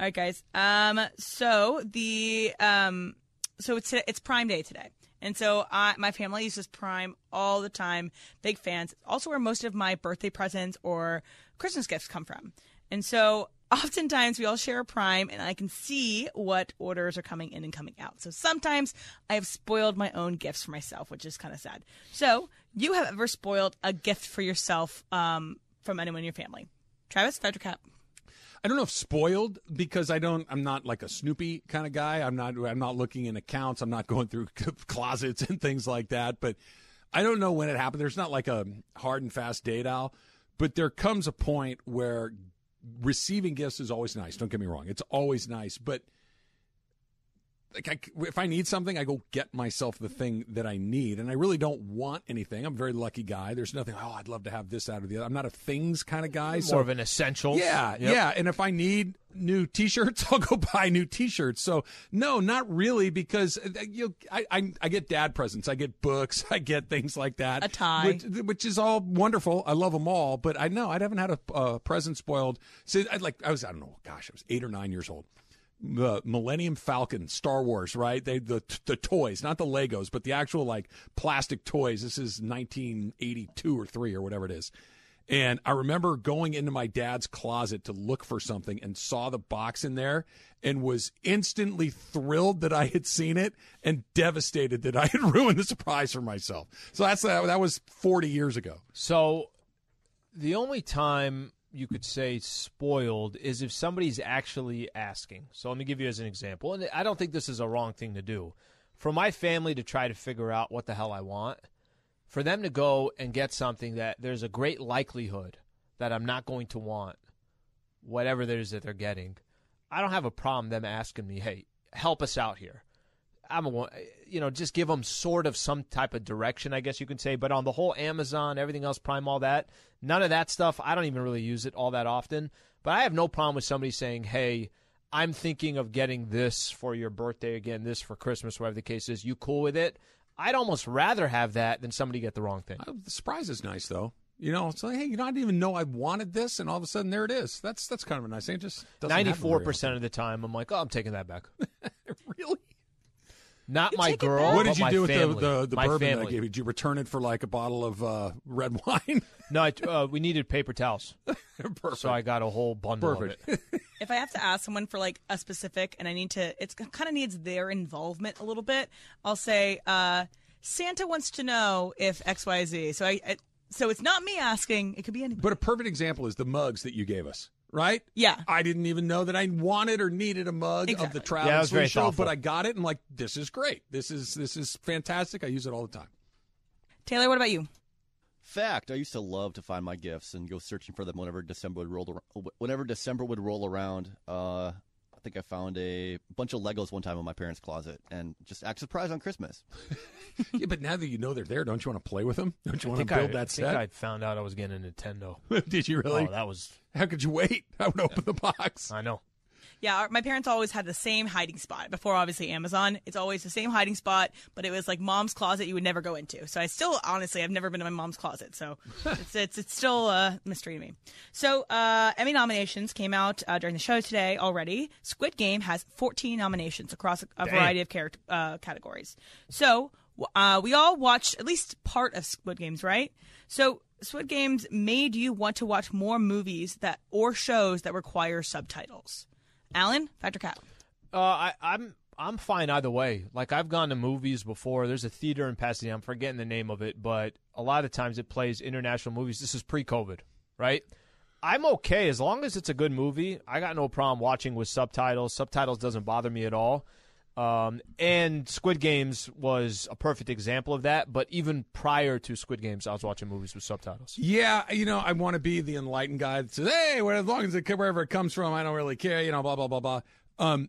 D: right, guys. Um, so the um, so it's it's Prime Day today, and so I, my family uses Prime all the time. Big fans. It's also where most of my birthday presents or Christmas gifts come from, and so (laughs) oftentimes we all share a Prime, and I can see what orders are coming in and coming out. So sometimes I have spoiled my own gifts for myself, which is kind of sad. So you have ever spoiled a gift for yourself um, from anyone in your family? Travis, Fedric Cap.
C: I don't know if spoiled because I don't. I'm not like a Snoopy kind of guy. I'm not. I'm not looking in accounts. I'm not (laughs) going through closets and things like that. But I don't know when it happened. There's not like a hard and fast date, Al. But there comes a point where receiving gifts is always nice. Don't get me wrong. It's always nice, but like I, if I need something, I go get myself the thing that I need, and I really don't want anything. I'm a very lucky guy. There's nothing. Oh, I'd love to have this out of the other. I'm not a things kind of guy.
B: More
C: so
B: of an essential.
C: yeah, yeah. And if I need new T-shirts, (laughs) I'll go buy new T-shirts. So no, not really, because uh, you, know, I, I, I get dad presents, I get books, (laughs) I get things like that.
D: A tie.
C: which, which is all wonderful. I love them all, but I know I haven't had a uh, present spoiled since I like I was I don't know, gosh, I was eight or nine years old. The Millennium Falcon, Star Wars, right? They the the toys, not the Legos, but the actual like plastic toys. This is 1982 or three or whatever it is. And I remember going into my dad's closet to look for something and saw the box in there and was instantly thrilled that I had seen it and devastated that I had (laughs) ruined the surprise for myself. So that's that, that was 40 years ago.
B: So the only time you could say spoiled is if somebody's actually asking. So let me give you as an example, and I don't think this is a wrong thing to do. For my family to try to figure out what the hell I want, for them to go and get something that there's a great likelihood that I'm not going to want whatever it is that they're getting. I don't have a problem them asking me, "Hey, help us out here." I'm a one, you know, just give them sort of some type of direction, I guess you can say. But on the whole, Amazon, everything else, Prime, all that, none of that stuff. I don't even really use it all that often. But I have no problem with somebody saying, "Hey, I'm thinking of getting this for your birthday again, this for Christmas, whatever the case is. You cool with it?" I'd almost rather have that than somebody get the wrong thing.
C: Uh, the surprise is nice though. You know, it's like, hey, you know, I didn't even know I wanted this, and all of a sudden there it is. That's that's kind of a nice thing. It just doesn't happen very
B: Ninety-four percent of the time, I'm like, "Oh, I'm taking that back."
C: often. really.
B: Not
D: You
B: my
D: take it
B: girl.
D: back?
C: What
B: but
C: did you
B: my
C: do with
B: family.
C: the the, the
B: my
C: bourbon
B: family.
C: that I gave you? (laughs) Did you return it for like a bottle of uh, red wine?
B: No, I, uh, we needed paper towels,
C: (laughs) Perfect.
B: so I got a whole bundle
C: Perfect.
B: of it.
D: if I have to ask someone for like a specific and I need to, it's kind of needs their involvement a little bit. I'll say, uh, Santa wants to know if X, Y, Z. So I, I, so it's not me asking. It could be anybody.
C: But a perfect example is the mugs that you gave us, right?
D: Yeah.
C: I didn't even know that I wanted or needed a mug of the
D: Exactly.
C: Travis
B: Yeah, that was very
C: show,
B: thoughtful.
C: but I got it and like this is great. This is this is fantastic. I use it all the time.
D: Taylor, what about you?
G: Fact, I used to love to find my gifts and go searching for them whenever December would roll. Ar- whenever December would roll around, uh, I think I found a bunch of Legos one time in my parents' closet and just act surprised on Christmas.
C: (laughs) yeah, but now that you know they're there, don't you want to play with them? Don't
B: I
C: you want
B: think
C: to build
B: I, I
C: that
B: think I
C: set?
B: found out I was getting a Nintendo.
C: (laughs) Did you really?
B: Oh, that was.
C: How could you wait? (laughs) I would open the box.
B: I know.
D: Yeah, our, my parents always had the same hiding spot before, obviously, Amazon. It's always the same hiding spot, but it was like mom's closet you would never go into. So I still, honestly, I've never been to my mom's closet.
C: (laughs)
D: So it's, it's, it's still a mystery to me. So uh, Emmy nominations came out uh, during the show today already. Squid Game has 14 nominations across a, a variety of character, uh, categories. So w- uh, we all watched at least part of Squid Games, right? So Squid Games made you want to watch more movies that or shows that require subtitles. Alan, Factor Cat.
B: Uh, I, I'm I'm fine either way. Like I've gone to movies before. There's a theater in Pasadena. I'm forgetting the name of it, but a lot of times it plays international movies. This is pre-COVID, right? I'm okay as long as it's a good movie. I got no problem watching with subtitles. Subtitles doesn't bother me at all. Um, and Squid Games was a perfect example of that. But even prior to Squid Games, I was watching movies with subtitles.
C: Yeah, you know, I want to be the enlightened guy that says, "Hey, well, as long as it wherever it comes from, I don't really care." You know, blah blah blah blah. Um,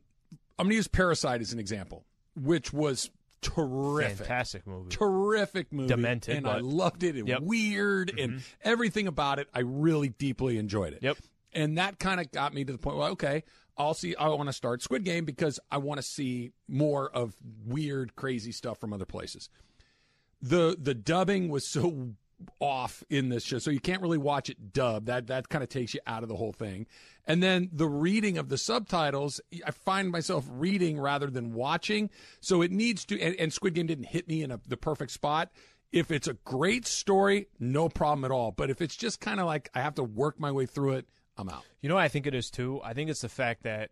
C: I'm going to use Parasite as an example, which was terrific,
B: Fantastic movie.
C: terrific movie,
B: Demented,
C: and I
B: but-
C: loved it. And
B: Yep. Mm-hmm.
C: weird, and everything about it, I really deeply enjoyed it.
B: Yep.
C: And that kind of got me to the point where okay, I'll see. I want to start Squid Game because I want to see more of weird, crazy stuff from other places the the dubbing was so off in this show, so you can't really watch it dubbed. That that kind of takes you out of the whole thing. And then the reading of the subtitles, I find myself reading rather than watching. So it needs to. And, and Squid Game didn't hit me in a, the perfect spot. If it's a great story, no problem at all. But if it's just kind of like I have to work my way through it, I'm out.
B: You know what I think it is too? I think it's the fact that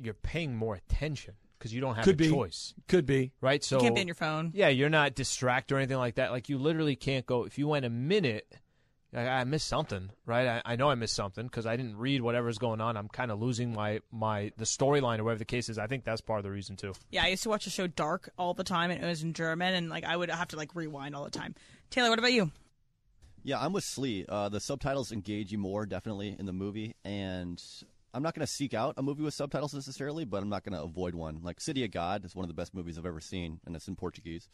B: you're paying more attention because you don't have
C: Could
B: a
C: be.
B: choice,
C: Could be.
B: right? So
D: You can't be on your phone.
B: Yeah, you're not distracted or anything like that. Like you literally can't go. If you went a minute, like, I missed something, right? I, I know I missed something because I didn't read whatever's going on. I'm kind of losing my my the storyline or whatever the case is. I think that's part of the reason too.
D: Yeah, I used to watch the show Dark all the time, and it was in German, and like I would have to like rewind all the time. Taylor, what about you?
G: Yeah, I'm with Slee. Uh, the subtitles engage you more, definitely, in the movie. And I'm not going to seek out a movie with subtitles necessarily, but I'm not going to avoid one. Like City of God is one of the best movies I've ever seen, and it's in Portuguese.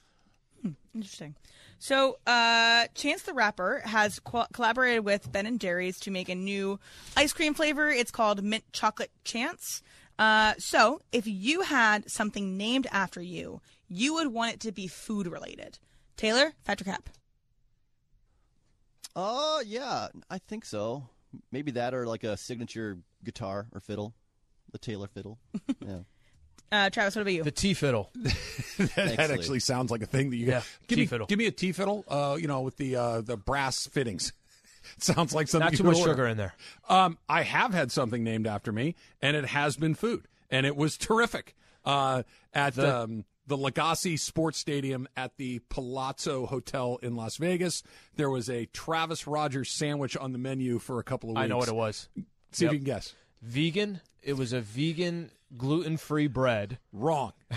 D: Interesting. So, uh, Chance the Rapper has co- collaborated with Ben and Jerry's to make a new ice cream flavor. It's called Mint Chocolate Chance. Uh, so, if you had something named after you, you would want it to be food related. Taylor, Factor Cap.
G: Oh, yeah, I think so. Maybe that or like a signature guitar or fiddle, the Taylor fiddle. Yeah.
D: Uh, Travis, what about you?
B: The T fiddle.
C: (laughs) that
G: Thanks, Lee.
C: actually sounds like a thing that you
B: Yeah,
C: (laughs) give me.
B: T-fiddle.
C: Give me a tea fiddle. Uh, you know, with the uh, the brass fittings. (laughs) sounds like something.
B: Not
C: you
B: too
C: would
B: much
C: order.
B: sugar in there.
C: Um, I have had something named after me, and it has been food, and it was terrific. Uh, at the, um, the Legacy Sports Stadium at the Palazzo Hotel in Las Vegas, there was a Travis Rogers sandwich on the menu for a couple of weeks.
B: I know what it was.
C: See
B: Yep.
C: if you can guess.
B: Vegan. It was a vegan gluten free bread.
C: Wrong.
B: (laughs)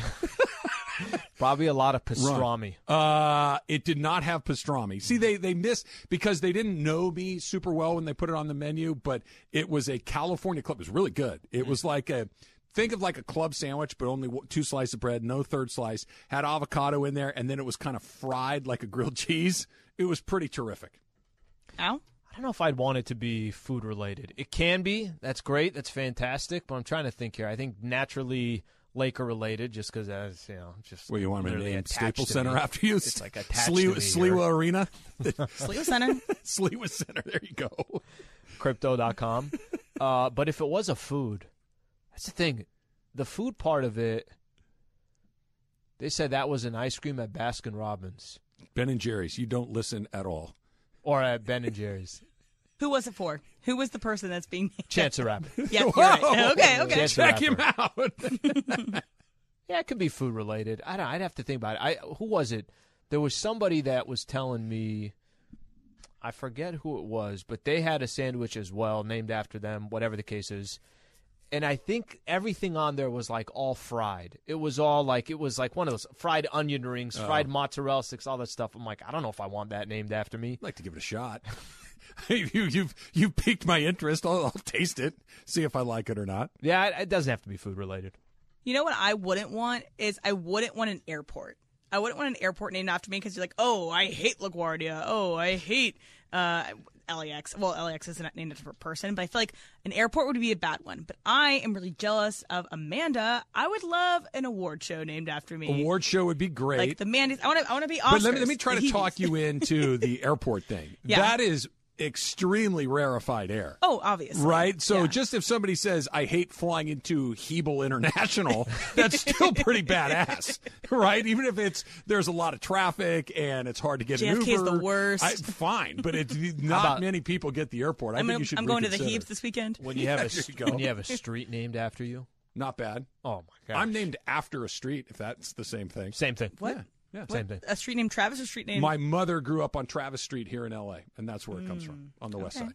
B: Probably a lot of
C: Run.
B: pastrami.
C: Uh, it did not have pastrami. See, they they missed because they didn't know me super well when they put it on the menu. But it was a California club. It was really good. It was like a think of like a club sandwich, but only w- two slices of bread, no third slice. Had avocado in there, and then it was kind of fried like a grilled (laughs) cheese. It was pretty terrific.
D: Ow.
B: I don't know if I'd want it to be food related. It can be. That's great. That's fantastic. But I'm trying to think here. I think naturally Laker related, just because that's you know just.
C: Well, you want me to
B: literally
C: name
B: attached
C: Staples
B: to
C: Center
B: me.
C: after you?
B: It's like attached to
C: Sliwa,
B: me here.
C: Sliwa
B: (laughs)
C: Arena,
D: Sliwa Center.
C: (laughs) Sliwa Center. There you go. (laughs)
B: Crypto.com. uh, but if it was a food, that's the thing. The food part of it. They said that was an ice cream at Baskin Robbins
C: Ben and Jerry's. You don't listen at all.
B: or at Ben and Jerry's.
D: Who was it for? Who was the person that's being (laughs) named?
B: Chance the (laughs) Rapper.
C: (laughs)
D: Yeah, you're right. Okay, okay.
B: Chance the
C: Check him
B: Rapper.
C: out.
B: Yeah, it could be food related. I don't, I'd have to think about it. I who was it? There was somebody that was telling me, I forget who it was, but they had a sandwich as well named after them, whatever the case is. And I think everything on there was like all fried. It was all like it was like one of those fried onion rings,
C: Oh.
B: fried mozzarella sticks, all that stuff. I'm like, I don't know if I want that named after me.
C: I'd like to give it
B: (laughs)
C: a shot. (laughs) you, you've you've piqued my interest. I'll, I'll taste it, see if I like it or not.
B: Yeah, it, it doesn't have to be food related.
D: You know what I wouldn't want is I wouldn't want an airport. I wouldn't want an airport named after me because you're like, oh, I hate LaGuardia. Oh, I hate uh, LAX. Well, LAX isn't named after a person, but I feel like an airport would be a bad one. But I am really jealous of Amanda. I would love an award show named after me.
C: Award show would be great.
D: like the Mandy's. I want to. I want to be Oscars.
C: but let me let me try to
D: The
C: talk
D: Heavies.
C: you
D: (laughs)
C: into the airport thing.
D: Yeah.
C: That is extremely rarefied air.
D: Oh, obviously.
C: Right, so
D: Yeah.
C: just if somebody says I hate flying into Hebel
D: (laughs)
C: International, that's still pretty badass, right? Even if it's there's a lot of traffic and it's hard to get an
D: JFK is
C: Uber.
D: the worst.
C: I, fine,
D: (laughs)
C: but it's not many people get the airport. I
D: I'm,
C: think
D: gonna-
C: you should.
D: I'm going to the
C: reconsider.
D: Heaves this weekend. (laughs)
B: When you have a
C: there you
B: st-
C: go.
B: when you have a street named after you.
C: Not bad.
B: Oh my god.
C: I'm named after a street, if that's the same thing.
B: same thing.
D: What?
C: Yeah.
B: Same thing.
D: A street named Travis or street named
C: My mother grew up on Travis Street here in LA, and that's where it comes from,
D: Hmm.
C: on the west side.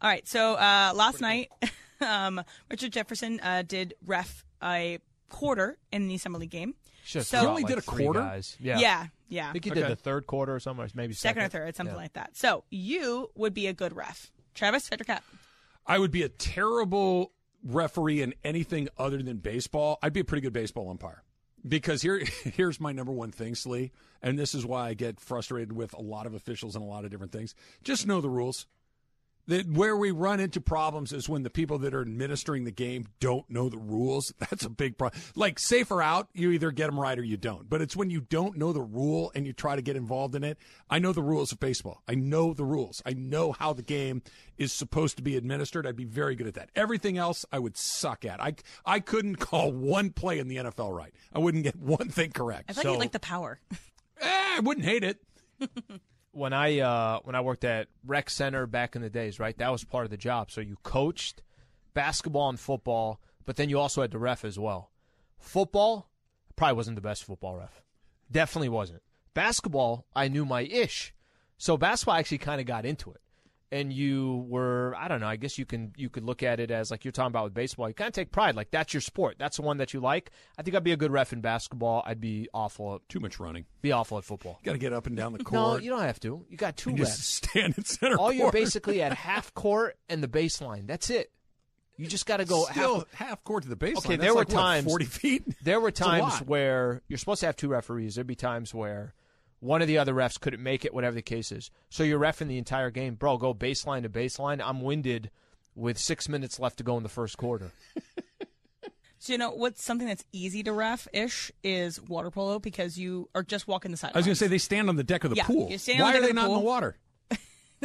D: All right. So uh, last night, (laughs) um, Richard Jefferson uh, did ref a quarter in the summer league game.
B: Just
D: So-
B: got
D: He only
B: like
C: did a
B: three
C: quarter?
B: guys.
D: Yeah, yeah.
B: I think he
C: Okay.
B: did the third quarter or something, or maybe
D: Second
B: second,
D: or third, something
B: Yeah.
D: like that. So you would be a good ref, Travis Federcat.
C: I would be a terrible referee in anything other than baseball. I'd be a pretty good baseball umpire. Because here, (laughs) here's my number one thing, Slee, and this is why I get frustrated with a lot of officials and a lot of different things. Just know the rules. That where we run into problems is when the people that are administering the game don't know the rules. (laughs) That's a big problem. Like safer out, you either get them right or you don't. But it's when you don't know the rule and you try to get involved in it. I know the rules of baseball. I know the rules. I know how the game is supposed to be administered. I'd be very good at that. Everything else, I would suck at. I I couldn't (laughs) call one play in the NFL right. I wouldn't get (laughs) one thing correct.
D: I feel like you like the power. (laughs)
C: Eh, I wouldn't hate it.
B: when I uh, when I worked at rec center back in the days, right? That was part of the job. So you coached basketball and football, but then you also had to ref as well. Football probably wasn't the best football ref. Definitely wasn't. Basketball, I knew my ish. So basketball I actually kind of got into it. And you were, I don't know. I guess you can you could look at it as like you're talking about with baseball. You kind of take pride, like that's your sport. That's the one that you like. I think I'd be a good ref in basketball. I'd be awful, at,
C: Too much running.
B: be awful at football.
C: Got to get up and down the court.
B: No, you don't have to. You got two
C: and
B: refs.
C: just stand in center
B: All
C: court.
B: you're basically at half court and the baseline. That's it. You just got to go.
C: still
B: half,
C: half, court to the baseline.
B: Okay,
C: That's
B: there were
C: like, what,
B: times-
C: forty feet.
B: there were
C: It's a
B: times
C: lot.
B: where you're supposed to have two referees. There'd be times where one of the other refs couldn't make it, whatever the case is. So you're refing the entire game, bro. Go baseline to baseline. I'm winded with six minutes left to go in the first quarter.
D: So you know what's something that's easy to ref ish is water polo because you are just walking the side.
C: I was going to say they stand on the deck of the
D: Yeah,
C: pool.
D: you stand on
C: Why
D: the
C: are
D: deck
C: they
D: of the
C: not in the
D: pool.
C: water?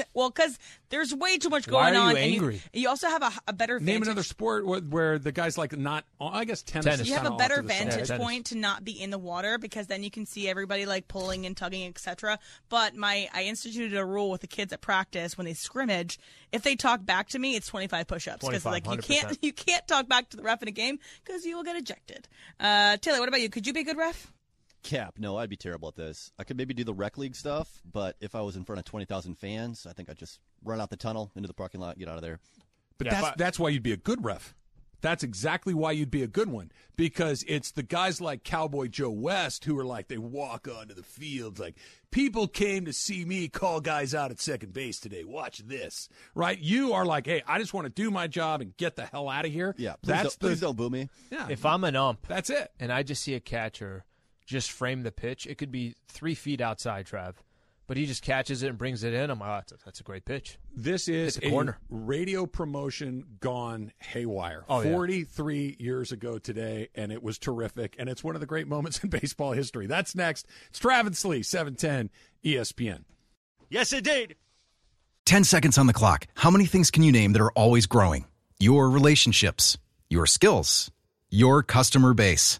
D: (laughs) well, because there's way too much
B: Why
D: going
B: are you
D: on. and
B: angry?
D: you, you also have a, a better
C: Name
D: vantage-
C: another sport where, where the guy's like not. I guess tennis.
B: Tennis.
C: is
D: you have
C: kinda
D: a
C: off to
D: better
C: the side.
D: vantage
B: Yeah, tennis.
D: point to not be in the water because then you can see everybody like pulling and tugging etc but my i instituted a rule with the kids at practice when they scrimmage if they talk back to me it's 25 push-ups because
B: 25,
D: like you (laughs)
B: 100%.
D: can't you can't talk back to the ref in a game because you will get ejected uh taylor what about you could you be a good ref
G: Cap, no, I'd be terrible at this. I could maybe do the rec league stuff, but if I was in front of twenty thousand fans, I think I'd just run out the tunnel into the parking lot, get out of there.
C: But that's, that's why you'd be a good ref. That's exactly why you'd be a good one because it's the guys like Cowboy Joe West who are like, they walk onto the field like, people came to see me call guys out at second base today. Watch this, right? You are like, hey, I just want to do my job and get the hell out of here.
G: Yeah, please,
C: that's
G: don't, please
C: the
G: don't boo me.
C: yeah.
B: If I'm an ump
C: that's it.
B: and I just see a catcher just frame the pitch, it could be three feet outside, Trav, but he just catches it and brings it in. I'm like, "Oh, that's a, that's a great pitch.
C: This is
B: the corner.
C: a radio promotion gone haywire.
B: Oh, yeah.
C: 43 years ago today, and it was terrific. And it's one of the great moments (laughs) in baseball history. That's next. It's Travis Lee, E 710 ESPN.
A: Yes, indeed.
E: 10 seconds on the clock. How many things can you name that are always growing? Your relationships, your skills, your customer base.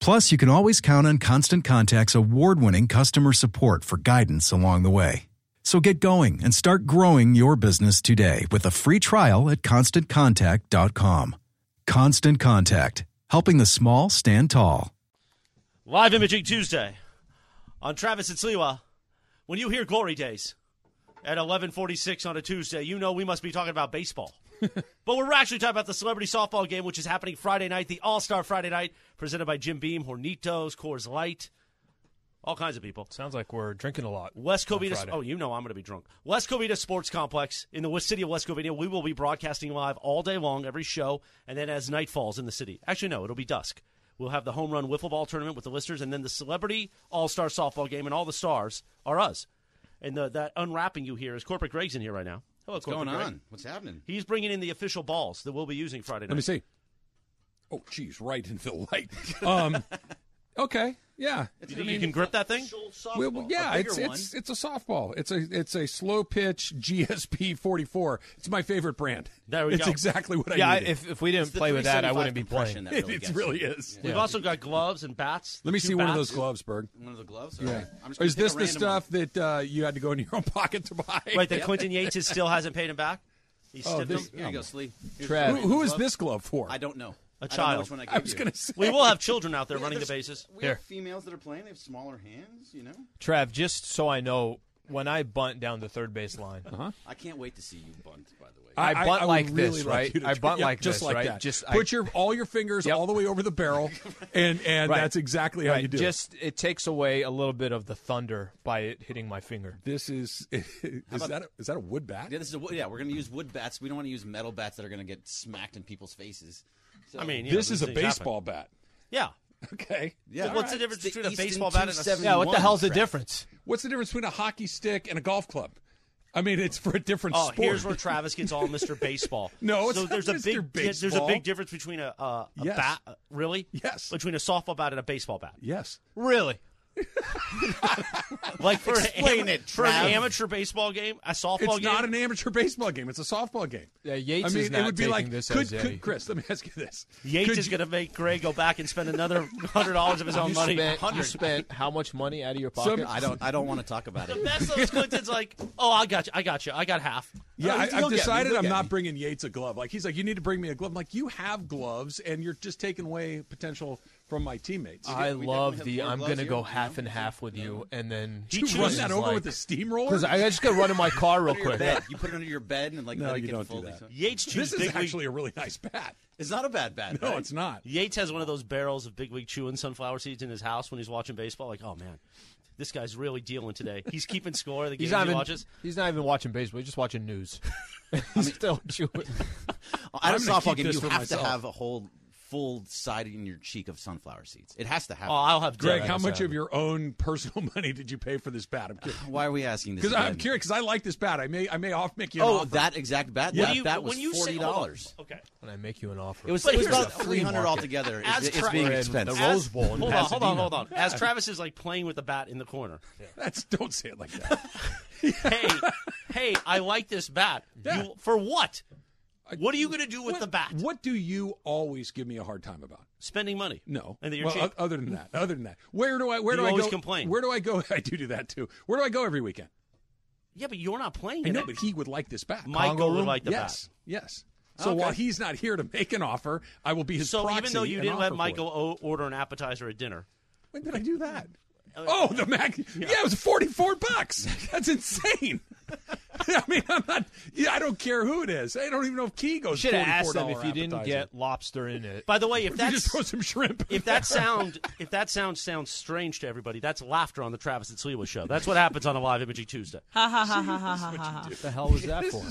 E: Plus, you can always count on Constant Contact's award winning customer support for guidance along the way. So get going and start growing your business today with a free trial at constantcontact.com. Constant Contact, helping the small stand tall.
A: Live Imaging Tuesday on Travis and Sliwa. When you hear Glory Days at 11:46 on a Tuesday, you know we must be talking about
C: (laughs)
A: baseball. but we're actually talking about the celebrity softball game, which is happening Friday night, the All Star Friday night, presented by Jim Beam, Hornitos, Coors Light, all kinds of people.
B: Sounds like we're drinking a lot.
A: West
B: on
A: Covina.
B: Friday.
A: Oh, you know I'm going to be drunk. West Covina Sports Complex in the West City of West Covina. We will be broadcasting live all day long, every show, and then as night falls in the city. Actually, no, it'll be dusk. We'll have the home run wiffle ball tournament with the listeners, and then the celebrity all star softball game, and all the stars are us. And the, that unwrapping you hear is Corporate Greg's in here right now. Hello,
H: What's going
A: Greg.
H: on? What's happening?
A: He's bringing in the official balls that we'll be using Friday night.
C: Let me see. Oh, geez, right in the (laughs) light. Um, okay. Yeah.
A: You, think you can grip that thing?
C: Well, well, yeah,
H: a bigger
C: it's it's it's a softball. It's a it's a slow pitch GSP 44. It's my favorite brand.
A: There we
C: it's
A: go.
C: exactly what
B: Yeah,
C: I
B: I,
C: needed.
B: if, if we didn't
H: It's the
B: play with that, I
H: 375
B: wouldn't be
H: compression
B: playing.
C: (laughs)
H: that really gets
C: it really
H: you.
C: is.
A: We've also got gloves and bats.
C: Let me
A: Two
C: see one of
A: bats.
C: those gloves, Berg.
H: One of the gloves. All right. I'm just gonna
C: Is
H: pick
C: this
H: a
C: the
H: random one.
C: stuff that uh, you had to go in your own (laughs) pocket to buy?
H: (laughs)
A: Right, that Clinton Yates is still hasn't paid him back. He stiffed
C: Oh, this-
A: him.
H: Here you go, Slee. Here's
B: Trav.
H: the
C: Who, who is
H: glove.
C: this glove for?
H: I don't know. I
A: A
H: don't know
A: child.
H: which one I
C: I
H: gave
C: was
H: you.
C: going to say.
A: We will have children out there
H: Yeah,
A: running the
H: there's-
A: bases.
H: We
B: Here.
H: have females that are playing. They have smaller hands. You know,
B: Trav, just so I know, when I bunt down the third base line,
H: I can't wait to see you bunt. By the way,
B: I bunt
C: Uh-huh. would
B: like
C: really
B: this,
C: like
B: right?
C: you to
B: I
C: do-
B: bunt
C: yeah,
B: like
C: just
B: this,
C: like
B: right?
C: That.
B: Just- I-
C: put your all your fingers
B: Yep.
C: all the way over the barrel, and and
B: Right.
C: that's exactly how
B: Right,
C: you do. it.
B: Just it takes away a little bit of the thunder by it hitting my finger.
C: This is (laughs) is that a, is that a wood bat?
H: yeah, this is a, wo- yeah. We're going to use wood bats. We don't want to use metal bats that are going to get smacked in people's faces. So,
A: I mean, you know,
C: This is
A: these
C: a
A: things happen.
C: baseball
A: Yeah.
C: bat. Okay.
H: yeah.
A: What's the
H: Alright.
A: difference
H: It's the
A: between a
H: Easton
A: baseball bat and a-
H: 271
B: Yeah, what the hell's the
H: Trav.
B: difference?
C: What's the difference between a hockey stick and a golf club? I mean, it's for a different
A: Oh,
C: sport.
A: here's where Travis
C: (laughs)
A: gets all Mr. Baseball.
C: No, it's
A: so
C: not
A: there's a big
C: Mr.
A: di- there's a
C: Baseball.
A: big difference between a, a, a
C: Yes.
A: bat, uh, really?
C: Yes.
A: Between a softball bat and a baseball bat.
C: yes.
B: Really?
C: (laughs)
A: Like for, an,
H: Explain it,
A: for an
H: Trav.
A: amateur baseball game, a softball
C: It's
A: game.
C: not an amateur baseball game. It's a softball game.
B: Yeah, Yates
C: I mean,
B: is not
C: it would be
B: taking
C: like
B: this
C: could,
B: as a-
C: could Chris? Let me ask you this.
A: Yates
C: Could
A: is
C: you-
A: going to make Gray go back and spend another hundred dollars of his own
B: You
A: money.
B: spent, you spent how much money out of your (laughs)
C: Some-
B: pocket?
H: I don't. I don't want to talk about
A: The
H: it.
A: best of Clinton's like, oh, I got you, I got you, I got half. Uh,
C: Yeah,
H: Oh,
C: I,
H: he'll
C: I've
H: get me,
C: decided
H: he'll
C: I'm
H: get
C: not
H: me.
C: bringing Yates a glove. Like he's like, you need to bring me a glove. I'm like, you have gloves, and you're just taking away potential from my teammates.
B: I
H: we definitely
B: love
H: have
B: the
H: more
B: I'm
H: gloves
B: gonna
H: here,
B: go
H: you know?
B: half and half with you, and then
A: He
C: you
A: chooses
C: run that over
B: like-
C: with
B: (laughs)
C: a steamroller.
B: because I just gotta run in my car real
H: Under your
B: quick.
H: bed. You put it under your bed and like
C: No,
H: let it
C: you
H: get
C: don't do
H: fully.
C: that.
H: so-
A: Yates chews
C: this is
A: big league
C: actually a really nice bat.
H: It's not a bad bat.
C: No,
H: right?
C: it's not.
A: Yates has one of those barrels of big league chewing sunflower seeds in his house when he's watching baseball. Like, oh man, this guy's really dealing today. He's keeping score. of The
B: He's
A: games he
B: not even.
A: watches.
B: He's not even watching baseball. He's just watching
A: (laughs)
B: news. (laughs) he's still chewing.
C: I'm
H: At a
C: gonna
H: Oh, softball
C: keep
H: game,
C: this
H: you
C: for
H: have
C: myself.
H: to have a whole full side in your cheek of sunflower seeds. It has to
A: Oh,
H: happen.
A: I'll have
C: Greg,
A: dinner.
C: how much of your own personal (laughs) money did you pay for this bat? I'm curious.
H: Why are we asking this?
C: Because I'm
H: again?
C: curious. Because I like this bat. I may, I may off make you. An
H: Oh,
C: offer.
H: that exact bat.
A: What
H: that,
A: do you-
H: that was
A: when you say-
H: forty
A: hold on.
H: dollars.
A: Okay.
B: When I make you an offer,
H: It was,
A: But
H: it was
A: here's
H: about
A: the
H: three hundred
B: market.
H: altogether.
A: As
H: It's, it's
A: Trump-
H: being
A: Red,
H: expensive.
B: the Rose Bowl in
A: Hold on, hold on,
B: Pasadena.
A: hold on. As Travis is like playing with the bat in the corner.
C: (laughs) That's don't say it like that.
A: (laughs) hey, hey, I like this bat. You, for what? What are you going to do with the bat?
C: What do you always give me a hard time about?
A: Spending money.
C: No.
A: And that you're
C: well,
A: cheap.
C: o- other than that, other than that, where do I? Where
A: You
C: do I
A: always
C: go?
A: complain.
C: Where do I go? (laughs) I do do that too. Where do I go every weekend?
A: yeah, but you're not playing.
C: I
A: in
C: know,
A: it.
C: but he would like this bat.
A: Michael
C: Congo
A: would
C: room?
A: like the
C: yes,
A: bat.
C: Yes. So while he's not here to make an offer, I will be his
A: so
C: proxy.
A: even though you
C: and
A: didn't
C: offer
A: let
C: for
A: Michael
C: it.
A: o- order an appetizer at dinner,
C: when did I do that? Oh,
A: (laughs)
C: the Mac. Yeah, it was forty-four bucks. That's insane. (laughs) I mean, I'm not. Yeah, I don't care who it is. I don't even know if Key goes.
B: should have asked them
C: $44
B: if you didn't
C: appetizer.
B: get lobster in it.
A: by the way, if
C: If you just
A: that's
C: throw some shrimp.
A: if
C: (laughs)
A: that sound if that sound sounds strange to everybody, that's laughter on the Travis and Sliwa show. That's what happens on a live imaging Tuesday.
B: what the hell was that for?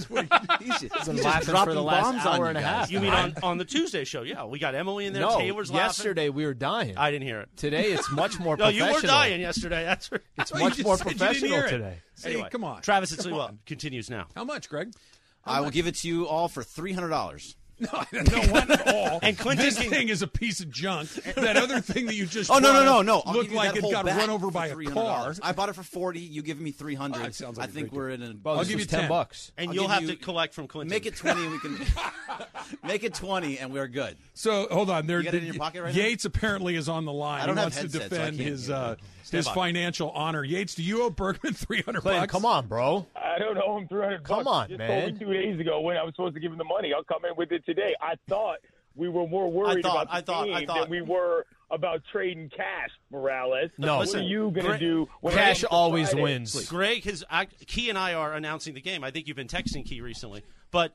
B: (laughs)
H: He's, he's
B: Been laughing for the last hour and a half.
A: You mean on, on the Tuesday show? Yeah, we got Emily in there.
B: no,
A: Taylor's
B: yesterday we were dying.
A: laughing. I didn't hear it.
B: Today it's
A: (laughs)
B: much more
A: No, you
B: professional.
A: were dying yesterday. (laughs) That's right.
B: It's
C: Oh, you
B: much
C: just
B: more
C: said you didn't hear
B: professional
C: it.
B: today.
C: Hey, come on,
A: Travis and
C: Come
A: Sliwa
C: on.
A: continues now.
C: How much, Greg?
H: I will give it to you all for three hundred dollars.
C: (laughs) No, I don't want it all.
A: And Clinton
C: this
A: can-
C: thing is a piece of junk. That other thing that you just
H: Oh no no
C: brought
H: no
C: up
H: no! I'll give
C: looked
H: you
C: like
H: that
C: it
H: whole
C: got
H: bag
C: run over
H: for
C: by a car.
H: $300. I bought it for forty. You give me three hundred.
C: Oh, it sounds like
H: I
C: a
H: think
C: great
H: we're in a.
B: Well,
C: I'll
B: this
C: give
B: was
C: you
B: 10
C: 10.
B: bucks.
A: And
H: I'll
A: you'll
H: give
A: have
H: you-
A: to collect from Clinton.
H: Make it twenty, and we
A: (laughs)
H: can make it twenty, and we're good.
C: So hold on, there.
H: You got it in your pocket right now?
C: Yates apparently is on the line.
H: I don't
C: he
H: have
C: wants to
H: headset, so I
C: defend
H: can't
C: his
H: hear you.
C: uh, his
H: by.
C: financial honor. Yates, do you owe Bergman (laughs) three hundred
B: Clayton,
C: bucks?
B: come on, bro.
I: I don't owe him 300
B: Come
I: bucks.
B: on,
I: He just
B: man.
I: Told me two days ago when I was supposed to give him the money. I'll come in with it today. I thought we were more worried about
A: thought,
I: the
A: I thought,
I: team
A: I thought.
I: than we were about trading cash, Morales.
B: No.
I: what
B: Listen,
I: are you going to
A: Gra-
I: do? When it
B: Cash
I: comes to
B: always
I: Friday?
B: wins.
A: Greg has I, Key and I are announcing the game. I think you've been texting Key recently, but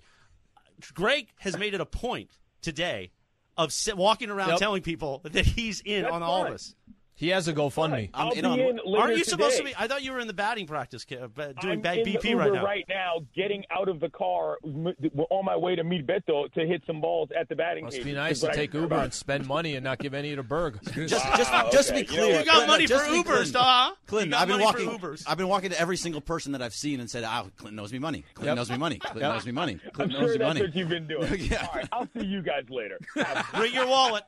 A: Greg has made it a point today of sit, walking around
B: Yep.
A: telling people that he's in
I: That's
A: on all
I: fine.
A: this.
B: He has a GoFundMe.
I: I'll
H: in
I: be
H: on-
I: in later
A: Aren't you supposed to
I: today.
A: be? I thought you were in the batting practice, ca- uh, ba- doing
I: I'm
A: ba-
I: in the
A: BP
I: Uber
A: right now.
I: Right now, getting out of the car m- on my way to meet Beto to hit some balls at the batting.
B: Must
I: cage.
B: be nice
I: Is what
B: to
I: I
B: take
I: care
B: Uber
I: about.
B: and spend money and not give any to Berg.
H: Just, just, just to be
I: okay. You know
H: clear,
I: what?
A: Ah, You got money
H: just
A: for
H: to be
A: Ubers,
H: Clinton.
A: duh. You
H: Clinton,
A: got
H: I've been
A: money for
H: walking.
A: Ubers.
H: (laughs) I've been walking to every single person that I've seen and said, "Ah, Clinton owes me money.
B: Yep.
H: Clinton knows me money. Clinton knows me
A: (laughs)
H: money.
I: I'm
H: Clinton
I: sure
H: knows me
I: that's
H: money."
I: what you've been
C: (laughs)
I: doing.
H: Yeah.
I: All right, I'll see you guys later.
A: Bring
I: (laughs)
A: your wallet.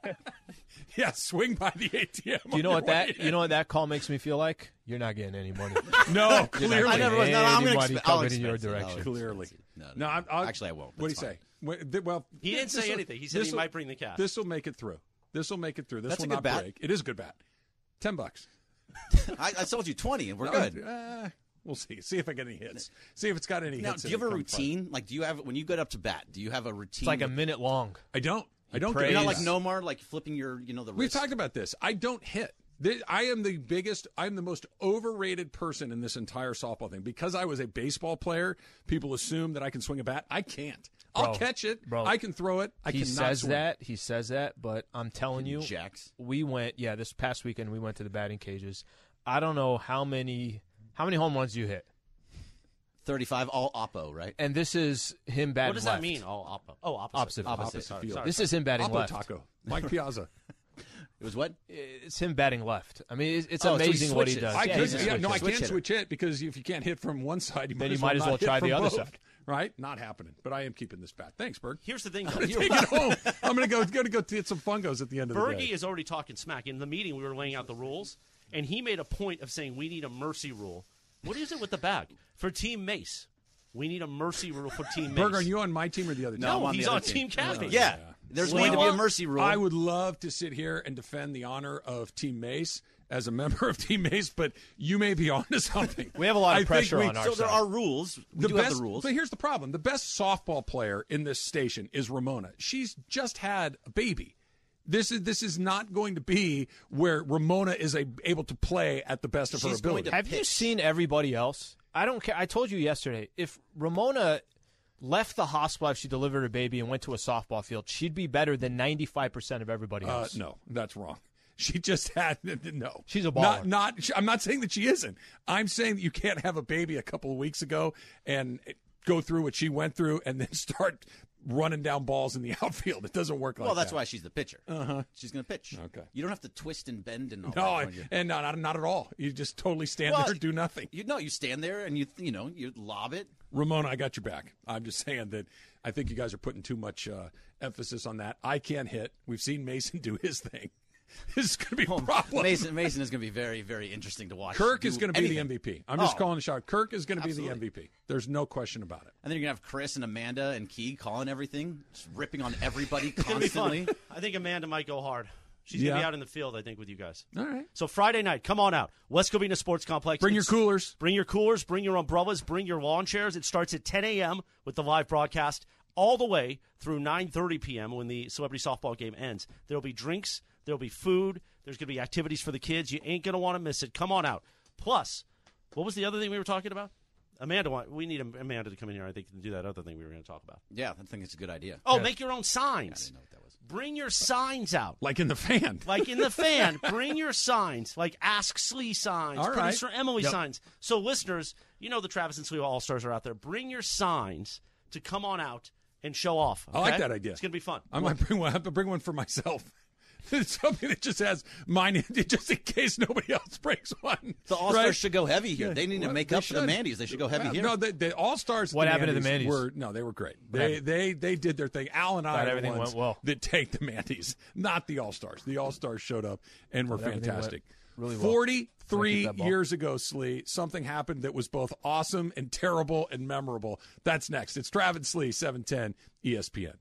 C: Yeah, swing by the ATM.
B: Do you know
C: on
B: what
C: your
B: that?
C: way
B: You know what that call makes me feel like? You're not getting any
H: (laughs)
B: money.
C: in. No,
B: I
C: clearly.
H: I never was. No, no, I'm going
B: Anybody
H: to
B: coming in your direction.
C: Clearly.
H: No, no,
C: No, I'm, I'll,
H: actually, I won't.
C: What do
H: That's
C: you
H: fine.
C: say? Wait, th- Well,
A: He didn't say
C: this'll-
A: anything. He said he
C: this'll-
A: might bring the cash.
C: This will make it through. This will make it through. This
H: That's a
C: will
H: good
C: not
H: bat.
C: break. It is a good bat. Ten bucks.
H: I, I sold you twenty, and we're good.
C: Uh, we'll see. See if I get any hits. See if it's got any
H: Now,
C: hits.
H: do
C: in
H: you have
C: it
H: a
C: come Friday.
H: routine? Like, do you have when you get up to bat? Do you have a routine?
B: It's like a minute long.
C: I don't. I don't.
B: prays.
H: You're
C: get any
H: not
B: Yeah.
H: like
C: hits.
H: Nomar, like flipping your, you know, the.
C: We've
H: wrist.
C: talked about this. I don't hit. Th- I am the biggest, I'm the most overrated person in this entire softball thing. Because I was a baseball player, people assume that I can swing a bat. I can't. I'll
B: Bro,
C: catch it.
B: bro.
C: I can throw it. I
B: he
C: cannot
B: says
C: swing.
B: that. He says that. But I'm telling you,
H: Jax.
B: we went. Yeah, this past weekend we went to the batting cages. I don't know how many how many home runs you hit.
H: Thirty-five, all oppo, right?
B: And this is him batting.
A: What does that
B: left.
A: mean? Oh, oppo- oh
B: Opposite.
A: opposite.
B: Opposite
A: Sorry,
C: field.
A: sorry.
B: This is him batting
C: Oppo
B: left. (laughs)
C: Taco. Mike Piazza.
H: It was what?
B: It's him batting left. I mean, it's, it's
H: Oh, so he
B: amazing what he
H: switches.
B: does.
C: I
H: Yeah,
C: could,
H: he's a
C: yeah, no, I
H: switch
C: can't
H: hitter.
C: switch it because if you can't hit from one side, you
B: Then
C: might
B: you might as
C: not
B: well
C: hit
B: try
C: from
B: the other
C: both,
B: side.
C: Right? Not happening. But I am keeping this bat. Thanks, Berg.
A: Here's the thing. though.
C: Take
A: (laughs)
C: it home. I'm gonna go. Gonna go get some fungos at the end of the
A: Bergie
C: day.
A: is already talking smack. In the meeting, we were laying out the rules, and he made a point of saying we need a mercy rule. What is it with the bag for Team Mace? We need a mercy rule for Team Mace.
C: Berger, are you on my team or the other team?
H: I'm
A: no,
H: on the
A: he's
H: other
A: on Team
H: team. Oh,
A: Kathy.
H: Yeah, there's
A: Well,
H: going to be a
A: well,
H: mercy rule.
C: I would love to sit here and defend the honor of Team Mace as a (laughs) member of Team Mace, but you may be (laughs) onto something.
B: We have a lot of
C: I think
B: pressure on our
H: so there
B: side.
H: are rules. We
C: the
H: do
C: best,
H: have the rules.
C: But here's the problem: the best softball player in this station is Ramona. She's just had a baby. This is this is not going to be where Ramona is a, able to play at the best of her
H: She's going
C: ability.
H: to-
B: Have you
H: pitch.
B: seen everybody else? I don't care. I told you yesterday. If Ramona left the hospital after she delivered her baby and went to a softball field, she'd be better than 95% of everybody
C: Uh,
B: else.
C: no, that's wrong. (laughs) She just had (laughs) no.
B: She's a baller.
C: Not, not. she- I'm not saying that she isn't. I'm saying that you can't have a baby a couple of weeks ago and go through what she went through and then start running down balls in the (laughs) outfield. It doesn't work like
H: well, that's
C: that.
H: why she's the pitcher.
C: Uh-huh.
H: She's going to pitch.
C: Okay.
H: You don't have to twist and bend and all
C: No,
H: that.
C: I-
H: when you're-
C: and not, not (laughs) not at all. You just totally stand
H: Well,
C: there, do nothing.
H: You no, you stand there and you you know you lob it.
C: Ramona, I got your back. I'm just saying that I think you guys are putting too much uh, emphasis on that. I can't hit. We've seen Mason (laughs) do his thing. This is going to be a problem.
H: Oh, Mason Mason is going to be very very interesting to watch.
C: Kirk
H: do
C: is going to be the
H: anything.
C: MVP. I'm just
H: Oh,
C: calling the shot. Kirk is going to be the
H: Absolutely.
C: MVP. There's no question about it.
H: And then you're going to have Chris and Amanda and Key calling everything, just ripping on
A: (laughs)
H: everybody
A: It'll be fun.
H: constantly.
A: I think Amanda might go hard. She's gonna be
C: Yeah.
A: out in the field, I think, with you guys.
C: All right.
A: So Friday night, come on out. West Covina Sports Complex.
C: Bring your
A: It's-
C: coolers.
A: Bring your coolers, bring your umbrellas, bring your lawn chairs. It starts at 10 a.m. with the live broadcast all the way through 9.30 p.m. when the celebrity softball game ends. There'll be drinks. There'll be food. There's going to be activities for the kids. You ain't going to want to miss it. Come on out. Plus, what was the other thing we were talking about? Amanda, wa- we need Am- Amanda to come in here, I think, and do that other thing we were going to talk about.
H: yeah, I think it's a good idea.
A: Oh, make your own signs. Bring your signs out.
C: Like in the fan.
A: (laughs) Like in the
C: (laughs)
A: fan, bring your signs, like Ask Slee signs,
C: All right.
A: producer Emily
C: Yep.
A: signs. So, listeners, you know the Travis and Slee All Stars are out there. Bring your signs to come on out and show off.
C: I like
A: okay?
C: that idea.
A: It's going to be fun.
C: I might bring one. I have to bring one for myself. (laughs) Something that just has mine, in it, just in case nobody else (laughs) brings one.
H: The All Stars should go heavy here.
C: Yeah,
H: They need to
C: well,
H: make
C: they
H: up for the
C: should.
H: Mandy's. They should go heavy
C: Well,
H: here.
C: No, the, the All Stars.
B: What happened to the Mandy's?
C: Were, no, they were great. They,
B: happened?
C: they they did their thing. Al and I
B: Thought
C: are
B: everything
C: the ones
B: went well.
C: that (laughs) take the Mandy's, not the All Stars. The All Stars showed up and were
B: Thought everything went
C: fantastic.
B: really well.
C: Forty-three
B: Gotta keep that ball.
C: years ago, Slee, something happened that was both awesome and terrible and memorable. That's next. It's Travis Slee, seven ten, E ESPN.